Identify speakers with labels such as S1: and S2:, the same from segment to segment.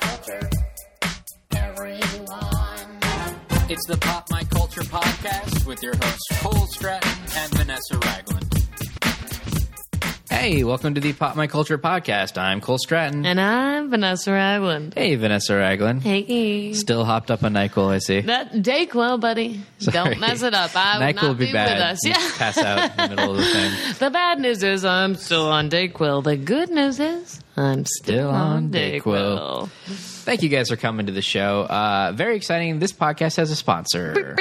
S1: Culture. Everyone. It's the Pop My Culture podcast with your hosts Cole Stratton and Vanessa Ragland.
S2: Hey, welcome to the Pop My Culture podcast. I'm Cole Stratton.
S3: And I'm Vanessa Ragland.
S2: hey, Vanessa Ragland.
S3: Hey.
S2: Still hopped up on Nyquil, I see.
S3: That Dayquil, buddy.
S2: Sorry.
S3: Don't mess it up. I will
S2: Nyquil
S3: not
S2: would be, bad.
S3: with us.
S2: You just
S3: Yeah.
S2: pass out in the middle of the thing.
S3: The bad news is I'm still on Dayquil. The good news is I'm still,
S2: Still on
S3: on
S2: Dayquil.
S3: Dayquil.
S2: Thank you guys for coming to the show. Uh, very exciting. This podcast has a sponsor.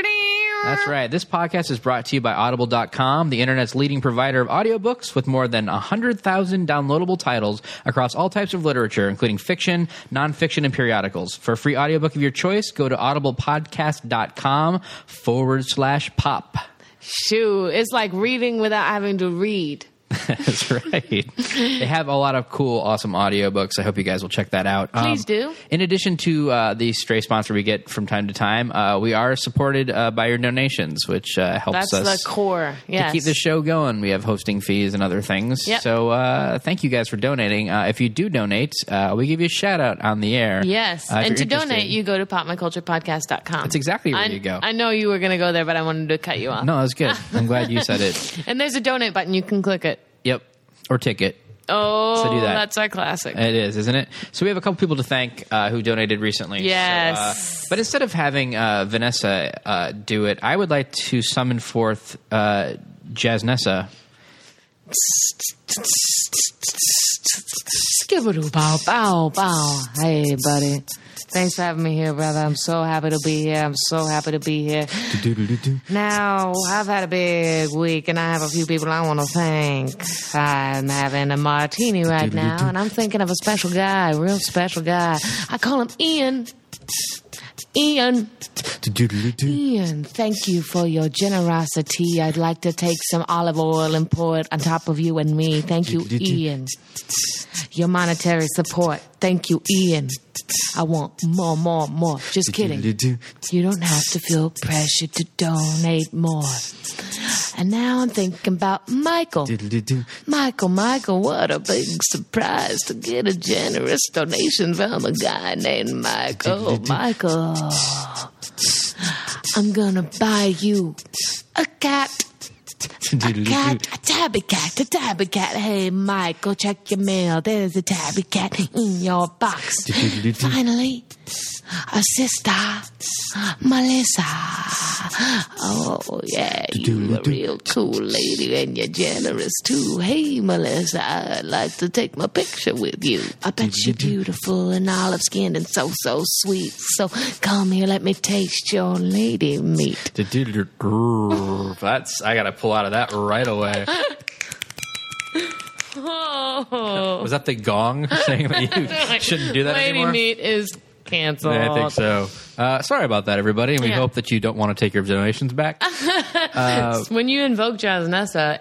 S2: That's right. This podcast is brought to you by Audible.com, the internet's leading provider of audiobooks with more than 100,000 downloadable titles across all types of literature, including fiction, nonfiction, and periodicals. For a free audiobook of your choice, go to audiblepodcast.com forward slash pop.
S3: Shoo. It's like reading without having to read.
S2: That's right. they have a lot of cool, awesome audiobooks. I hope you guys will check that out. Um,
S3: Please do.
S2: In addition to uh, the stray sponsor we get from time to time, uh, we are supported uh, by your donations, which uh, helps
S3: That's
S2: us
S3: the core. Yes.
S2: to keep the show going. We have hosting fees and other things.
S3: Yep.
S2: So uh, thank you guys for donating. Uh, if you do donate, uh, we give you a shout out on the air.
S3: Yes.
S2: Uh, if
S3: and to
S2: you're
S3: donate,
S2: interested.
S3: you go to popmyculturepodcast.com. That's
S2: exactly where
S3: I,
S2: you go.
S3: I know you were going to go there, but I wanted to cut you off.
S2: No, that was good. I'm glad you said it.
S3: And there's a donate button. You can click it.
S2: Yep. Or ticket.
S3: Oh,
S2: So do that.
S3: that's our classic.
S2: It is, isn't it? So we have a couple people to thank uh, who donated recently. So,
S3: Yes.
S2: uh, but instead of having uh, Vanessa uh, do it, I would like to summon forth uh, Jasnessa.
S3: Skibbidoo bow bow bow. Hey, buddy. Thanks for having me here, brother. I'm so happy to be here. I'm so happy to be here. Now, I've had a big week and I have a few people I want to thank. I'm having a martini right now and I'm thinking of a special guy, a real special guy. I call him Ian. Ian. Ian, thank you for your generosity. I'd like to take some olive oil and pour it on top of you and me. Thank you, Ian. Your monetary support. Thank you, Ian. I want more, more, more. Just kidding. You don't have to feel pressured to donate more. And now I'm thinking about Michael. Michael, Michael, what a big surprise to get a generous donation from a guy named Michael. Michael, I'm gonna buy you a cat. A cat, a tabby cat, a tabby cat. Hey, Michael, check your mail. There's a tabby cat in your box. Finally, a sister, Melissa. Oh, yeah, you're a real cool lady and you're generous too. Hey, Melissa, I'd like to take my picture with you. I bet you're beautiful and olive skinned and so, so sweet. So come here, let me taste your lady meat.
S2: That's I gotta pull out of that right away.
S3: Oh,
S2: Was that the gong saying that you shouldn't do that anymore?
S3: meat is canceled.
S2: I think so. Uh, sorry about that, everybody, and we
S3: Yeah.
S2: hope that you don't want to take your donations back.
S3: When you invoke Jasnessa,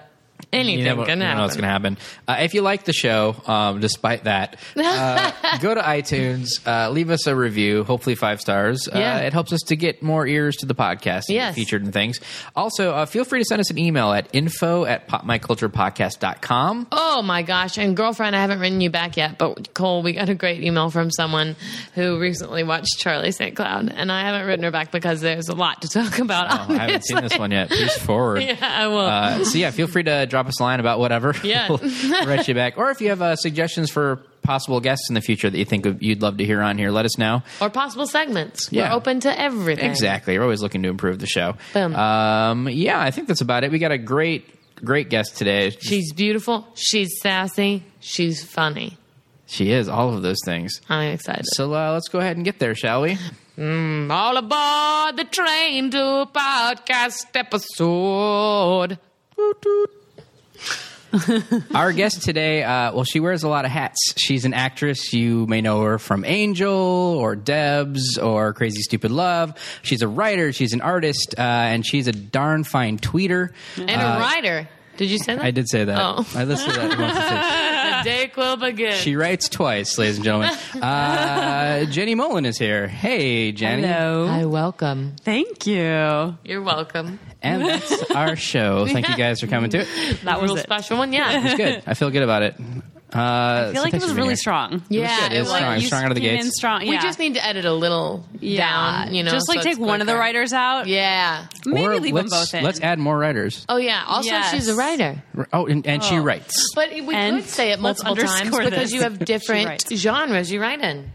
S3: anything
S2: you never, you don't know what's going to happen. Uh, if you like the show, um, despite that, uh, go to iTunes, uh, leave us a review, hopefully five stars.
S3: Yeah.
S2: Uh, it helps us to get more ears to the podcast and get
S3: Yes.
S2: featured and things. Also, uh, feel free to send us an email at info at popmyculturepodcast.com.
S3: Oh my gosh. And girlfriend, I haven't written you back yet, but Cole, we got a great email from someone who recently watched Charlie St. Cloud. And I haven't written her back because there's a lot to talk about.
S2: Oh, I haven't seen this
S3: obviously.
S2: one yet. Please forward.
S3: Yeah, I will.
S2: Uh, so yeah, feel free to drop us a line about whatever.
S3: Yeah.
S2: we'll write you back. Or if you have uh, suggestions for possible guests in the future that you think of- you'd love to hear on here, let us know.
S3: or possible segments.
S2: Yeah.
S3: We're open to everything.
S2: Exactly. We're always looking to improve the show.
S3: Boom.
S2: Um, yeah, I think that's about it. We got a great, great guest today.
S3: She's beautiful. She's sassy. She's funny.
S2: She is all of those things.
S3: I'm excited.
S2: So uh, let's go ahead and get there, shall we?
S3: All aboard the train to a podcast episode.
S2: Our guest today, uh, well, she wears a lot of hats. She's an actress. You may know her from Angel or Debs or Crazy Stupid Love. She's a writer. She's an artist, uh, and she's a darn fine tweeter.
S3: And a writer. Did you say that?
S2: I did say that.
S3: Oh.
S2: I listed that once. I said-
S3: The day quill begins.
S2: She writes twice, ladies and gentlemen. Uh, Jenny Mullen is here. Hey, Jenny.
S4: Hello.
S3: I welcome.
S4: Uh, Thank you.
S3: You're welcome.
S2: And that's our show. Thank you guys for coming to it.
S3: That was a special one. Yeah.
S2: It's good. I feel good about it. Uh,
S4: I feel like it was really strong.
S5: Yeah,
S2: It was
S5: it
S2: strong.
S5: was.
S2: Strong out of the
S4: came in
S2: gates.
S4: strong.
S5: We
S4: yeah.
S5: just need to edit a little
S4: yeah.
S5: down, you know.
S4: just like
S5: so it's
S4: take one of the
S5: quicker.
S4: writers out.
S5: Yeah.
S4: Maybe
S2: Or
S4: leave
S2: let's,
S4: them both in.
S2: Let's add more writers.
S5: Oh yeah. Also,
S4: Yes.
S5: she's a writer,
S2: R- Oh, and, and she writes.
S5: but we
S4: And
S5: could say it
S4: let's
S5: multiple times
S4: underscore
S5: because
S4: this.
S5: you have different
S4: writes.
S5: genres you write in.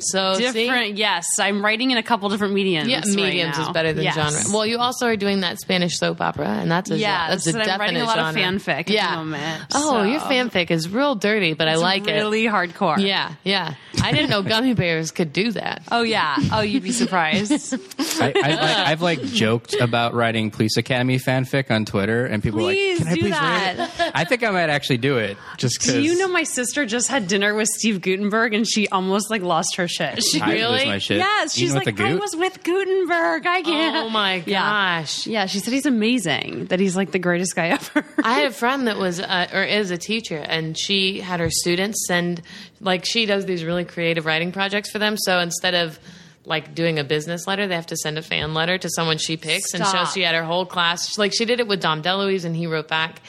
S5: So see?
S4: different. Yes, I'm writing in a couple different mediums.
S5: Yeah,
S4: right
S5: mediums
S4: now.
S5: is better than
S4: Yes.
S5: genre. Well, you also are doing that Spanish soap opera, and that's a gen-
S4: Yes,
S5: that's a
S4: and
S5: definite
S4: I'm writing a lot of
S5: genre.
S4: fanfic at the
S5: yeah.
S4: moment,
S5: Oh,
S4: so-
S5: your fanfic is real dirty, but I
S4: It's
S5: like
S4: really hardcore.
S5: it. Yeah, yeah. I didn't know gummy bears could do that.
S4: Oh yeah. Oh, you'd be surprised.
S2: I, I've, like, I've like joked about writing Police Academy fanfic on Twitter, and people
S4: Please
S2: are like, "Can I
S4: do
S2: please
S4: that.
S2: read it?" I think I might actually do it. Just because
S4: Do you know my sister just had dinner with Steve Gutenberg and she almost like lost her shit. She,
S2: I lose
S5: Really?
S2: my shit.
S4: yes,
S2: Even
S4: she's
S2: with
S4: like,
S2: the
S4: I
S2: goot?
S4: was with Gutenberg. I can't.
S5: Oh my
S4: Yeah.
S5: gosh.
S4: yeah, she said he's amazing. That he's like the greatest guy ever.
S5: I had a friend that was uh, or is a teacher, and she had her students send like she does these really creative writing projects for them. So instead of like doing a business letter, they have to send a fan letter to someone she picks, and so
S4: Stop.
S5: she had her whole class. Like she did it with Dom DeLuise, and he wrote back.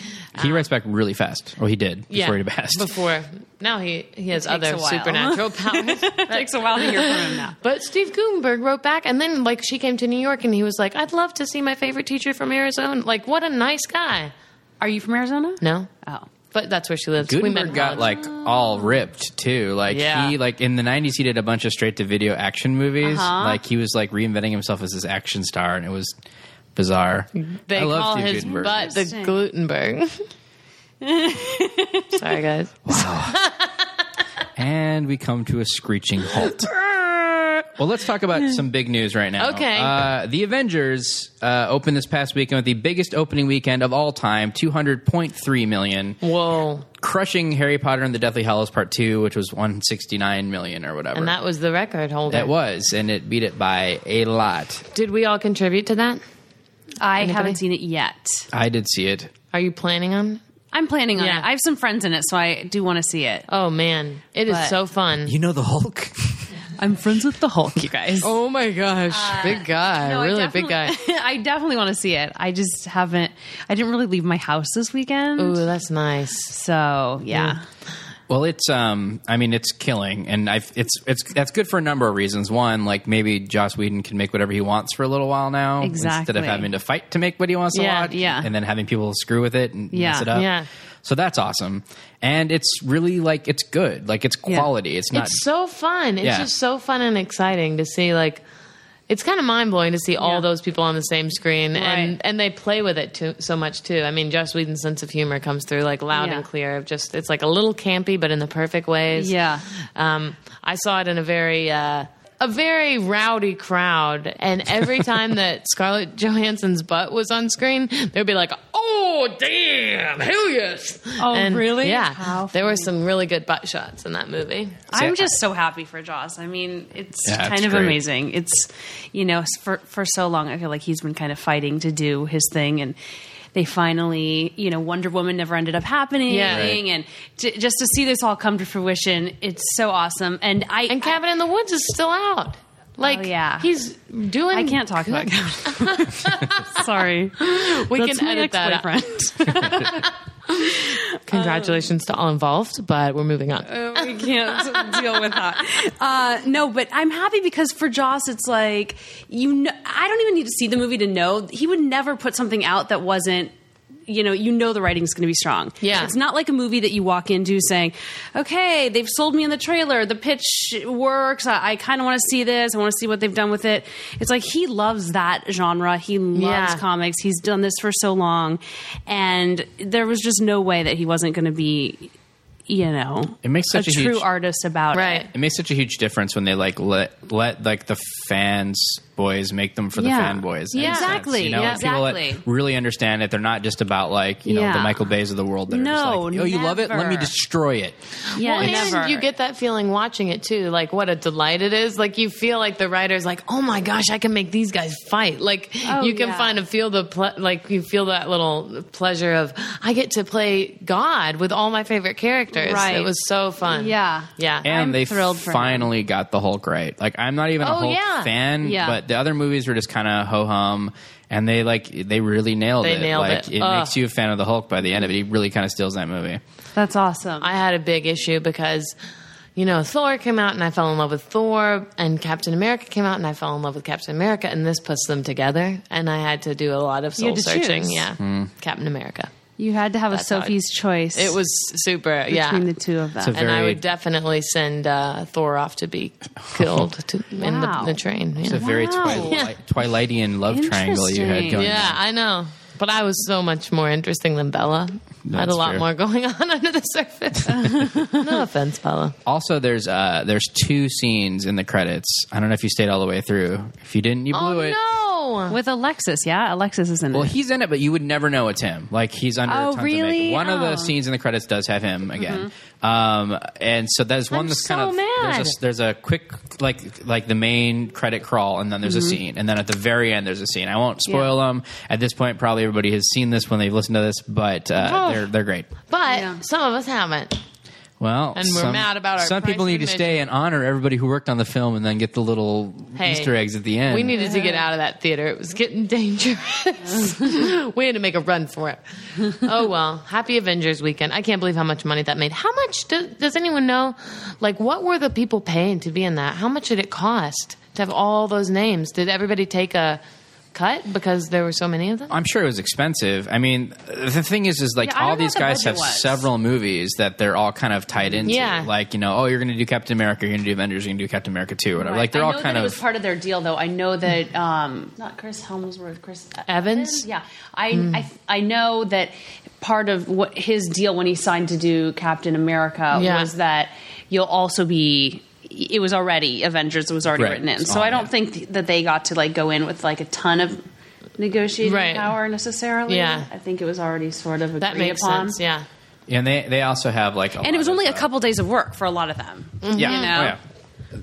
S2: he writes back really fast. Or he did before he passed.
S5: Before now he he has other
S4: a while.
S5: supernatural powers.
S4: it takes a while to hear from him now.
S5: But Steve Gutenberg wrote back, and then like she came to New York, and he was like, "I'd love to see my favorite teacher from Arizona. Like, what a nice guy."
S4: Are you from Arizona?
S5: No,
S4: Oh.
S5: but that's where she lives. We met
S2: Gutenberg
S5: in
S2: got
S5: college.
S2: like all ripped too. Like
S5: Yeah.
S2: he like in the nineties he did a bunch of straight to video action movies. Like he was like reinventing himself as this action star and it was bizarre.
S5: They
S2: I love
S5: call
S2: Steve
S5: his
S2: Gutenberg.
S5: butt the Glutenberg. Sorry, guys.
S2: And we come to a screeching halt. well, let's talk about some big news right now.
S5: Okay.
S2: Uh, the Avengers uh, opened this past weekend with the biggest opening weekend of all time, 200.3 million,
S5: Whoa.
S2: crushing Harry Potter and the Deathly Hallows Part 2, which was 169 million or whatever.
S5: And that was the record holder.
S2: that was, and it beat it by a lot.
S5: Did we all contribute to that?
S4: I haven't seen it yet.
S2: I did see it.
S5: Are you planning on?
S4: I'm planning on
S5: Yeah.
S4: it. I have some friends in it, so I do want to see it.
S5: Oh, man. it is
S4: But-
S5: so fun.
S2: You know the Hulk?
S4: I'm friends with the Hulk, you guys.
S5: oh, my gosh. big guy.
S4: No, I
S5: really big guy.
S4: definitely- I definitely want to see it. I just haven't. I didn't really leave my house this weekend,
S5: Ooh, that's nice.
S4: so yeah.
S2: Well, it's um, I mean, it's killing, and I've it's it's that's good for a number of reasons. One, like maybe Joss Whedon can make whatever he wants for a little while now, instead
S4: Exactly.
S2: of having to fight to make what he wants
S4: Yeah,
S2: to watch,
S4: yeah.
S2: and then having people screw with it and
S4: Yeah,
S2: mess it up.
S5: yeah.
S2: So that's awesome, and it's really like it's good, like it's quality. It's not
S5: It's so fun. It's
S2: Yeah.
S5: just so fun and exciting to see, like, it's kind of mind blowing to see all
S4: Yeah.
S5: those people on the same screen,
S4: Right.
S5: and and they play with it too so much too. I mean, Joss Whedon's sense of humor comes through like loud
S4: Yeah.
S5: and clear. Of just it's like a little campy, but in the perfect ways.
S4: Yeah.
S5: Um, I saw it in a very uh, a very rowdy crowd, and every time that Scarlett Johansson's butt was on screen, they'd be like, "Oh damn, hell yes!"
S4: Oh,
S5: And,
S4: really?
S5: Yeah.
S4: How
S5: there were some really good butt shots in that movie.
S4: I'm just so happy for Joss. I mean, it's
S2: Yeah, it's
S4: kind of
S2: great.
S4: amazing. It's you know, for for so long, I feel like he's been kind of fighting to do his thing, and they finally, you know, Wonder Woman never ended up happening,
S5: Yeah.
S2: Right.
S4: and to, just to see this all come to fruition, it's so awesome. And I
S5: And Cabin in the Woods is still out. Like,
S4: Oh, yeah.
S5: he's doing.
S4: I can't talk about Kevin. Sorry.
S5: We
S4: That's
S5: can
S4: my
S5: edit that. Out. Um,
S4: ex-boyfriend.
S5: Congratulations to all involved, but we're moving on.
S4: we can't deal with that. Uh, no, but I'm happy because for Joss, it's like you know, I don't even need to see the movie to know he would never put something out that wasn't. You know, you know the writing's going to be strong.
S5: Yeah.
S4: it's not like a movie that you walk into saying, "Okay, they've sold me in the trailer. The pitch works. I, I kind of want to see this. I want to see what they've done with it." It's like he loves that genre. He loves
S5: Yeah.
S4: comics. He's done this for so long, and there was just no way that he wasn't going to be you know
S2: It makes such a
S4: true
S2: huge-
S4: artist about
S5: Right.
S4: it.
S2: it makes such a huge difference when they like let let like the fans boys make them for the
S4: Yeah.
S2: fanboys. in a
S4: Yeah.
S2: sense,
S4: Exactly.
S2: You know,
S4: Yeah.
S2: like, people that
S4: Exactly.
S2: really understand it. They're not just about like you know
S4: Yeah.
S2: the Michael Bays of the world. That are just
S4: No,
S2: like, oh, you love it? Let me
S4: never.
S2: destroy it.
S4: Yeah,
S5: Well, and
S4: never.
S5: you get that feeling watching it too, like what a delight it is. Like you feel like the writer's like, oh my gosh, I can make these guys fight. Like
S4: Oh,
S5: you can
S4: yeah.
S5: find a feel the ple- like you feel that little pleasure of I get to play God with all my favorite characters. characters.
S4: Right.
S5: It was so fun.
S4: Yeah.
S5: Yeah.
S2: and
S4: I'm
S2: they
S4: thrilled for
S2: finally got the Hulk right. Like I'm not even a
S5: Oh,
S2: Hulk
S5: yeah.
S2: fan,
S4: Yeah.
S2: but the other movies were just kind of ho hum, and they like they really nailed
S5: They
S2: it.
S5: nailed
S2: like
S5: it.
S2: it
S5: Ugh.
S2: makes you a fan of the Hulk by the end of it. He really kind of steals that movie.
S4: That's awesome.
S5: I had a big issue because, you know, Thor came out and I fell in love with Thor, and Captain America came out and I fell in love with Captain America, and this puts them together. And I had to do a lot of
S4: You
S5: soul
S4: had to
S5: searching.
S4: choose.
S5: Yeah.
S2: Hmm.
S5: Captain America.
S4: you had to have a
S5: That's how I-
S4: Sophie's choice.
S5: It was super. yeah.
S4: between the two of
S2: It's
S4: them.
S2: a
S5: and I
S2: Very-
S5: would definitely send uh, Thor off to be killed to, in the,
S4: Wow.
S5: the train.
S2: It's a
S5: Yeah.
S2: very
S4: Wow.
S2: twilight, Twilightian love triangle you had
S4: Interesting.
S2: going.
S5: yeah, I know. But I was so much more interesting than Bella. I had a
S2: That's
S5: lot
S2: fair.
S5: more going on under the surface. no offense, Bella.
S2: Also, there's uh, there's two scenes in the credits. I don't know if you stayed all the way through. If you didn't, you blew
S5: Oh
S2: it.
S5: no!
S4: with Alexis, yeah, Alexis is in
S2: Well,
S4: it.
S2: he's in it, but you would never know it's him. Like he's under
S4: Oh,
S2: tons of
S4: really?
S2: makeup. One of
S4: Oh.
S2: the scenes in the credits does have him again, um, and so there's one
S5: Mm-hmm. I'm
S2: that's
S5: so
S2: kind of
S5: mad.
S2: There's, a, there's a quick like like the main credit crawl, and then there's
S5: Mm-hmm.
S2: a scene, and then at the very end there's a scene. I won't spoil them at this point. Probably everybody has seen this when they've listened to this, but uh,
S5: Oh.
S2: they're they're great.
S5: But
S4: Yeah.
S5: some of us haven't.
S2: Well,
S5: And we're
S2: some,
S5: mad about our
S2: some
S5: price
S2: people need to
S5: revision.
S2: stay and honor everybody who worked on the film, and then get the little
S5: Hey,
S2: Easter eggs at the end.
S5: We needed to get out of that theater. It was getting dangerous. we had to make a run for it. Oh well, happy Avengers weekend. I can't believe how much money that made. How much do, does anyone know? Like, what were the people paying to be in that? How much did it cost to have all those names? Did everybody take a cut because there were so many of them?
S2: I'm sure it was expensive. I mean, the thing is, is like
S4: Yeah, I don't
S2: all
S4: know
S2: these
S4: what the
S2: guys
S4: budget
S2: have
S4: was.
S2: several movies that they're all kind of tied into.
S5: Yeah.
S2: Like, you know, oh, you're going to do Captain America, you're going to do Avengers, you're going to do Captain America 2, or whatever. Like, they're
S4: I
S2: all
S4: know
S2: kind
S4: that
S2: of.
S4: it was part of their deal, though. I know that um, not Chris Helmsworth, Chris
S5: Evans? Hmm.
S4: Yeah, I, I I know that part of what his deal when he signed to do Captain America
S5: Yeah.
S4: was that you'll also be. It was already Avengers. It was already
S2: Right.
S4: written in,
S2: It's
S4: so
S2: on
S4: I don't
S2: it.
S4: think that they got to like go in with like a ton of negotiating
S5: Right.
S4: power necessarily.
S5: Yeah.
S4: I think it was already sort of agreed
S5: That makes
S4: upon.
S5: sense. Yeah.
S2: and they, they also have, like.
S4: And it was only a couple days of work for a lot of them,
S5: Mm-hmm.
S2: Yeah.
S4: you
S2: Oh,
S4: know,
S2: yeah.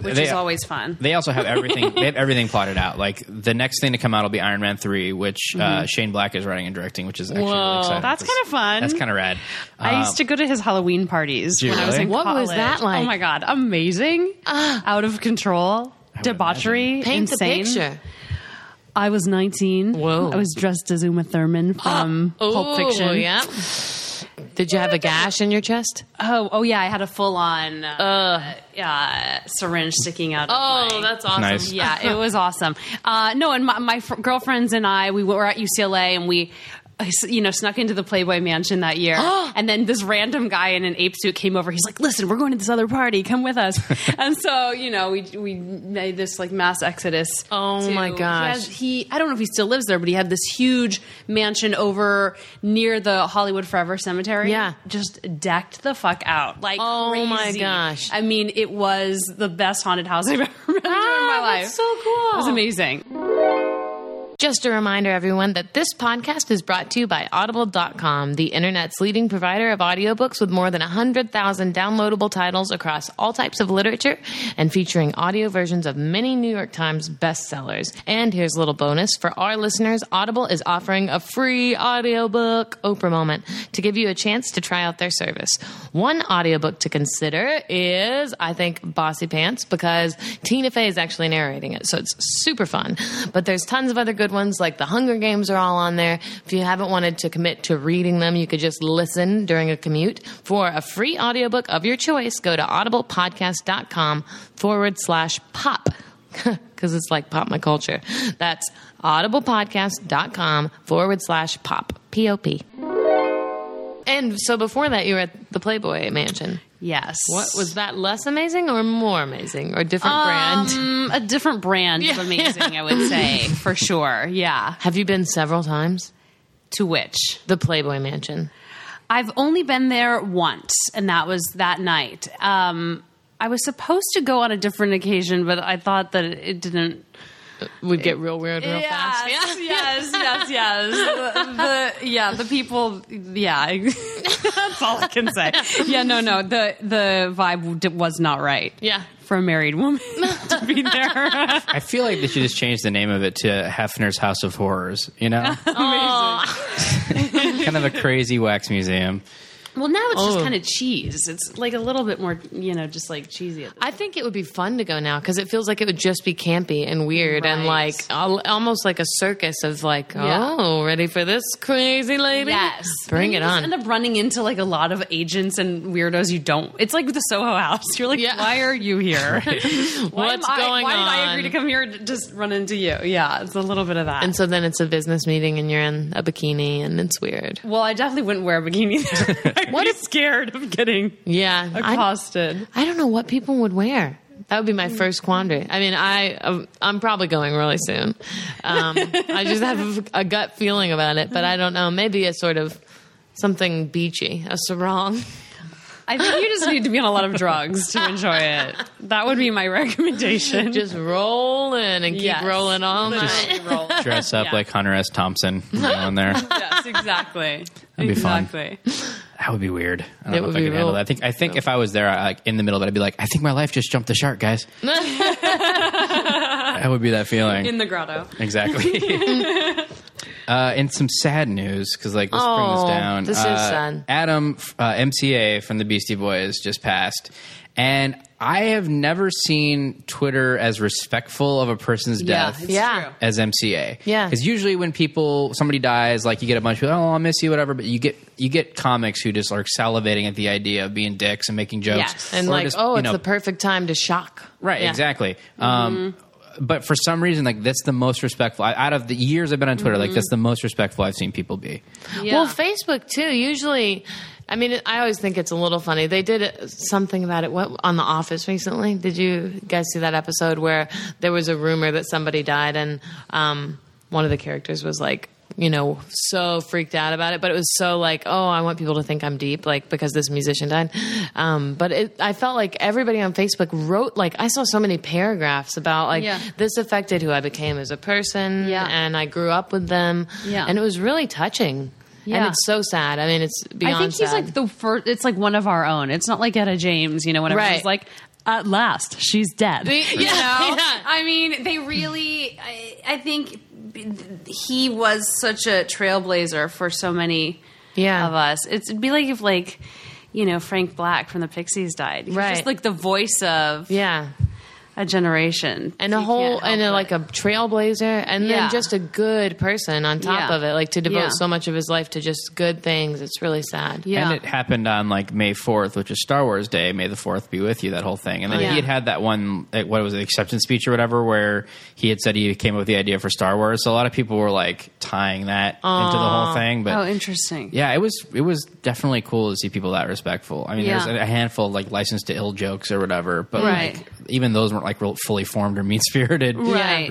S4: which
S2: They-
S4: is always fun.
S2: They also have everything. they have everything plotted out. Like the next thing to come out will be Iron Man three, which uh, Shane Black is writing and directing, which is actually really
S5: Whoa.
S2: exciting.
S4: Mm-hmm. That's
S2: This-
S4: kinda fun.
S2: That's kind of rad. Um,
S4: I used to go to his Halloween parties
S2: you
S4: when I was
S2: really?
S4: in
S5: What
S4: college.
S5: was that like? Ah.
S4: Oh my god, amazing! Out of control,
S2: would
S4: debauchery,
S5: Paint
S4: insane.
S5: the picture.
S4: I was 19.
S5: Whoa.
S4: I was dressed as Uma Thurman from Pulp Fiction.
S5: Oh yeah. Did you have a gash in your chest?
S4: Oh, oh yeah, I had a full on uh, uh, syringe sticking out. Of
S5: Oh, that's awesome.
S2: Nice.
S4: yeah, it was awesome. Uh, no, and my, my fr- girlfriends and I, we were at UCLA and we. uh, s- You know, snuck into the Playboy Mansion that year, and then this random guy in an ape suit came over. He's like, "Listen, we're going to this other party. Come with us." and so, you know, we we made this like mass exodus.
S5: Oh, my
S4: he
S5: gosh.
S4: has- he I don't know if he still lives there, but he had this huge mansion over near the Hollywood Forever Cemetery.
S5: Yeah.
S4: just decked the fuck out. Like,
S5: Oh, my
S4: crazy.
S5: gosh.
S4: I mean, it was the best haunted house I've ever been to in my
S5: Ah,
S4: life.
S5: that's so cool.
S4: It was amazing.
S5: Just a reminder, everyone, that this podcast is brought to you by Audible.com, the internet's leading provider of audiobooks with more than 100,000 downloadable titles across all types of literature and featuring audio versions of many New York Times bestsellers. And here's a little bonus for our listeners Audible is offering a free audiobook Oprah moment to give you a chance to try out their service. One audiobook to consider is, I think, Bossy Pants because Tina Fey is actually narrating it, so it's super fun. But there's tons of other good ones, like The Hunger Games are all on there. If you haven't wanted to commit to reading them, you could just listen during a commute. For a free audiobook of your choice, go to audiblepodcast.com forward slash pop. Because it's like pop my culture. That's audiblepodcast.com forward slash pop. P O P. And so before that, you were at the Playboy Mansion.
S4: Yes.
S5: What was that less amazing or more amazing or different brand?
S4: Um, a different brand
S5: Yeah.
S4: of amazing, I would say, for sure. Yeah.
S5: Have you been several times?
S4: To which
S5: The Playboy Mansion.
S4: I've only been there once, and that was that night. Um, I was supposed to go on a different occasion, but I thought that it didn't
S5: Would get real weird real fast.
S4: Yes, yes, yes, yes. The, the- yeah, the people. Yeah, that's all I can say. Yeah, no, no. The the vibe d- was not right.
S5: Yeah.
S4: for a married woman to be there.
S2: I feel like they should just change the name of it to Hefner's House of
S5: Oh.
S2: Horrors. You know, kind of a crazy wax museum.
S4: Well, now it's just
S5: Oh.
S4: kind of cheese. It's like a little bit more, you know, just like cheesy. At the
S5: I think it would be fun to go now because it feels like it would just be campy and weird and
S4: Right.
S5: like al- almost like a circus of like,
S4: Yeah.
S5: oh, ready for this crazy lady?
S4: Yes,
S5: bring it
S4: And you just
S5: on.
S4: End up running into like a lot of agents and weirdos you don't. It's like the Soho House. You're like,
S5: Yeah.
S4: why are you here? why
S5: What's
S4: am I,
S5: going
S4: Why did I
S5: on?
S4: agree to come here? To just run into you. Yeah, it's a little bit of that.
S5: And so then it's a business meeting and you're in a bikini and it's weird.
S4: well, I definitely wouldn't wear a bikini. I'd
S5: What
S4: be
S5: if-
S4: scared of getting
S5: Yeah, I,
S4: accosted?
S5: I don't know what people would wear. That would be my first quandary. I mean, I um, I'm probably going really soon. Um, I just have a gut feeling about it, but I don't know. Maybe a sort of something beachy, a sarong.
S4: I, think you just need to be on a lot of drugs to enjoy it. That would be my recommendation.
S5: Just roll in and keep
S4: Yes.
S5: rolling all night.
S4: roll.
S2: Dress up
S4: Yeah.
S2: like Hunter S. Thompson you know, on there.
S4: yes, exactly.
S2: That'd be fun.
S4: exactly.
S2: That would be weird. I don't
S5: It
S2: know if
S5: would
S2: I
S5: be
S2: could handle
S5: real-
S2: that. I think I think if I was there, I, like in the middle of it, I'd be like, I think my life just jumped the shark, guys. that would be that feeling.
S4: In the grotto.
S2: exactly. uh, and some sad news because like let's bring
S5: Oh,
S2: this down.
S5: this is
S2: Uh,
S5: sad.
S2: Adam f- uh, MCA from the Beastie Boys just passed, and I have never seen Twitter as respectful of a person's death
S4: it's
S5: Yeah.
S4: true.
S2: as MCA.
S5: Yeah.
S2: Because usually when people somebody dies, like you get a bunch of people, oh, I miss you, whatever. But you get you get comics who just are salivating at the idea of being dicks and making jokes.
S4: Yes.
S5: and
S2: Or
S5: like,
S2: just,
S5: oh,
S2: you
S5: it's
S2: know,
S5: the perfect time to shock.
S2: right,
S5: Yeah.
S2: exactly. Um, but for some reason, like that's the most respectful I, out of the years I've been on Twitter.
S4: Mm-hmm.
S2: Like that's the most respectful I've seen people be.
S5: Well, Facebook too. Usually, I mean, I always think it's a little funny. They did something about it what, on The Office recently. Did you guys see that episode where there was a rumor that somebody died and um, one of the characters was like, you know, so freaked out about it, but it was so like, oh, I want people to think I'm deep, like because this musician died. Um, but it, I felt like everybody on Facebook wrote like I saw so many paragraphs about like
S4: Yeah.
S5: this affected who I became as a person,
S4: Yeah.
S5: and I grew up with them,
S4: Yeah.
S5: and it was really touching. And
S4: Yeah.
S5: it's so sad. I mean, it's beyond
S4: I think he's
S5: sad.
S4: like the first. It's like one of our own. It's not like Etta James, you know. Whenever
S5: Right.
S4: right. like, at last, she's dead.
S5: The-
S4: You
S5: yeah,
S4: know?
S5: yeah.
S4: I mean, they really. I, I think he was such a trailblazer for so many
S5: Yeah.
S4: of us. It's, it'd be like if like. You know Frank Black from the Pixies died. He's
S5: Right.
S4: just like the voice of
S5: yeah.
S4: a generation
S5: And a
S4: You
S5: whole,
S4: can't help
S5: and a,
S4: it.
S5: like a trailblazer, and
S4: Yeah.
S5: then just a good person on top
S4: Yeah.
S5: of it. Like to devote
S4: Yeah.
S5: so much of his life to just good things. It's really sad.
S4: yeah.
S2: And it happened on like May 4th, which is Star Wars Day. May the 4th be with you, that whole thing. And then
S4: Oh, Yeah.
S2: he had had that one, like, what was it, acceptance speech or whatever, where he had said he came up with the idea for Star Wars. So a lot of people were like tying that into the whole thing. But
S4: oh, interesting.
S2: yeah, it was it was definitely cool to see people that respectful. I mean, there's
S4: Yeah.
S2: a handful of like license to ill jokes or whatever, but
S4: Right.
S2: like, even those weren't like real fully formed or mean spirited.
S4: Right.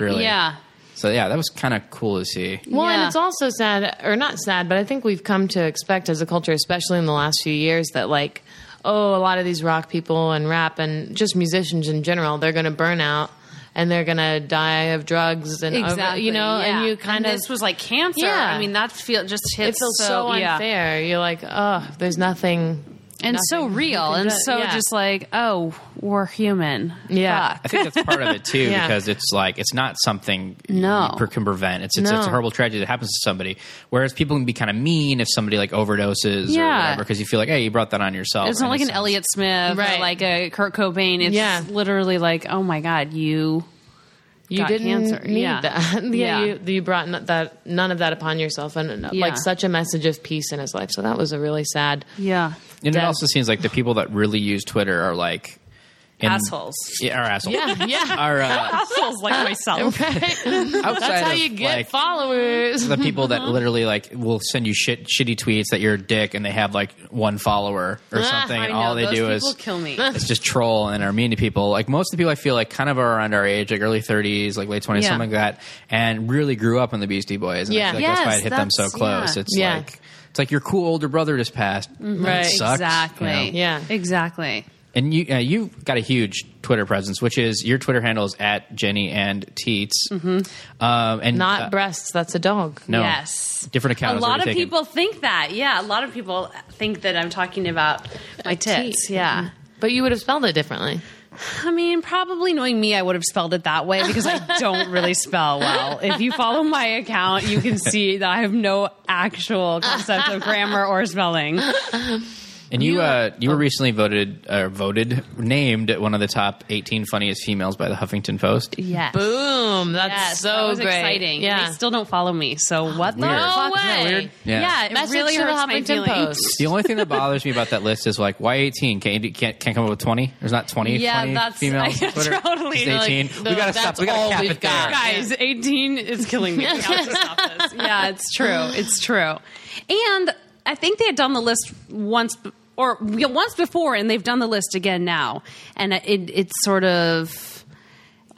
S2: Really.
S4: Yeah.
S2: So yeah, that was kind of cool to see.
S5: Well, and
S4: Yeah.
S5: it's also sad, or not sad, but I think we've come to expect as a culture, especially in the last few years, that like, oh, a lot of these rock people and rap and just musicians in general, they're going to burn out and they're going to die of drugs and over-
S4: exactly.
S5: you know,
S4: yeah.
S5: and you kind of
S4: this was like cancer.
S5: Yeah.
S4: I mean, that feel just
S5: it
S4: hits
S5: feels so,
S4: yeah.
S5: unfair. You're like, oh, there's nothing.
S4: and so real, and
S5: do-
S4: so
S5: yeah.
S4: just like oh, we're human.
S5: Yeah.
S4: Fuck.
S2: I think that's part of it too,
S5: Yeah.
S2: because it's like it's not something
S4: No.
S2: you per- can prevent. It's it's, it's a
S5: No.
S2: horrible tragedy that happens to somebody. Whereas people can be kind of mean if somebody like overdoses or
S4: Yeah.
S2: whatever, because you feel like, hey, you brought that on yourself.
S4: It's not
S2: in
S4: like
S2: a
S4: an
S2: sense.
S4: Elliott Smith
S5: Right.
S4: or like a Kurt Cobain. It's
S5: Yeah.
S4: literally like, oh my god, you
S5: You
S4: got
S5: didn't
S4: cancer.
S5: need
S4: Yeah.
S5: that. yeah,
S4: Yeah.
S5: You, you brought n- that none of that upon yourself, and uh,
S4: Yeah.
S5: like such a message of peace in his life. So that was a really sad.
S4: yeah
S2: And it
S5: death.
S2: also seems like the people that really use Twitter are like in-
S4: assholes,
S2: Yeah, are assholes.
S5: Yeah, yeah.
S2: Are uh,
S4: assholes like myself.
S2: outside
S5: That's how
S2: of,
S5: you get
S2: like,
S5: followers.
S2: the people that literally like will send you shit, shitty tweets that you're a dick, and they have like one follower or something,
S4: I
S2: and
S4: know,
S2: all they
S4: those
S2: do
S4: people
S2: is
S4: kill me.
S2: It's just troll and are mean to people. Like most of the people I feel like kind of are around our age, like early 30s, like late 20s,
S5: Yeah.
S2: something like that, and really grew up on the Beastie Boys. And I
S5: Yeah.
S2: feel like that's why
S4: Yes,
S2: it hit them so
S4: that's-
S2: close.
S4: yeah.
S2: It's
S5: Yeah.
S2: like it's like your cool older brother just passed. That
S5: Right.
S2: sucks, you
S4: exactly.
S2: know?
S5: Yeah.
S4: exactly.
S2: And you, uh, you've got a huge Twitter presence, which is your Twitter handle is at Jenny and Teets. Mm-hmm. Um, and
S5: Not
S2: uh,
S5: breasts. That's a dog.
S2: no,
S4: Yes.
S2: Oh, different account.
S4: A
S2: is what
S4: lot
S2: you're
S4: of
S2: taking.
S4: people think that. Yeah, a lot of people think that I'm talking about my tits.
S5: Teat.
S4: Yeah.
S5: But you would have spelled it differently.
S4: I mean, probably knowing me, I would have spelled it that way because I don't really spell well. If you follow my account, you can see that I have no actual concept of grammar or spelling.
S2: And you,
S4: You-
S2: uh, you were recently voted, uh, voted, named one of the top 18 funniest females by the Huffington Post.
S4: Yes.
S5: Boom. That's
S4: Yes,
S5: so
S4: that was
S5: great.
S4: exciting.
S5: Yeah.
S4: They still don't follow me, so what the
S2: Weird. No
S4: fuck?
S5: way.
S2: Yeah.
S4: Yeah, it
S5: Message
S4: really
S5: to the
S4: hurts my
S5: Huffington
S4: feelings.
S5: Post.
S2: The only thing that bothers me about that list is like, why 18? Can't, you, can't, can't come up with 20? There's not 20
S4: Yeah,
S2: funny
S4: that's-
S2: females.
S4: I
S2: on Twitter?
S4: totally-
S2: Just 18.
S5: like,
S2: we gotta
S5: that's
S2: stop. We gotta
S5: all
S2: cap
S5: we've
S2: it there.
S5: got.
S4: Guys, 18 is killing me. I have to stop this. Yeah, it's true. It's true. And I think they had done the list once b- or yeah, once before and they've done the list again now. And it it's sort of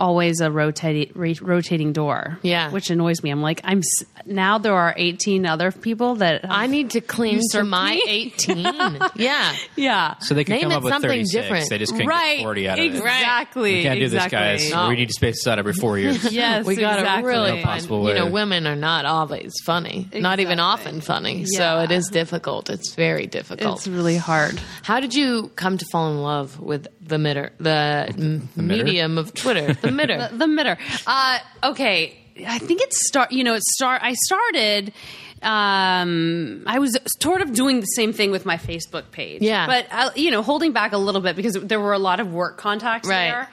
S4: always a rotating rotating door.
S5: Yeah.
S4: Which annoys me. I'm like I'm s- now there are 18 other people that
S5: I need to cling to
S4: usurped
S5: my
S4: me?
S5: 18. yeah.
S4: yeah.
S2: So they could
S5: Name
S2: come
S5: it
S2: up with
S5: something
S2: 36.
S5: different.
S2: They just couldn't
S4: right.
S2: get 40 out of it.
S4: exactly.
S2: We can't do
S4: exactly.
S2: this, guys. We need to space this out every four years.
S4: Yes,
S5: We got to
S4: exactly.
S5: really
S2: No possible
S5: find, you know,
S2: way.
S5: women are not always funny, not even
S4: Exactly.
S5: often funny. So
S4: Yeah.
S5: it is difficult. It's very difficult.
S4: It's really hard.
S5: How did you come to fall in love with the mitter, the, m
S2: mitter?
S5: medium of Twitter, the mitter?
S4: the mitter. Uh, okay, I think it start. You know, it start. I started. Um, I was sort of doing the same thing with my Facebook page.
S5: Yeah.
S4: but I, you know, holding back a little bit because there were a lot of work contacts
S5: Right.
S4: there.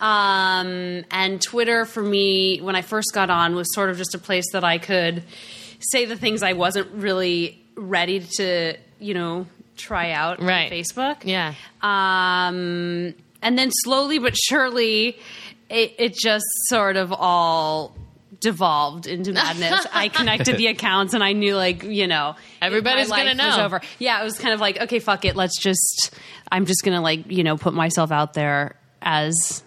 S4: Um, and Twitter for me when I first got on was sort of just a place that I could say the things I wasn't really ready to, you know, try out on
S5: Right.
S4: Facebook.
S5: yeah.
S4: Um, and then slowly but surely, it, it just sort of all devolved into madness. I connected the accounts, and I knew, like, you know,
S5: Everybody's
S4: my life
S5: gonna
S4: was
S5: know.
S4: over. Yeah, it was kind of like, okay, fuck it. Let's just. I'm just gonna like you know put myself out there as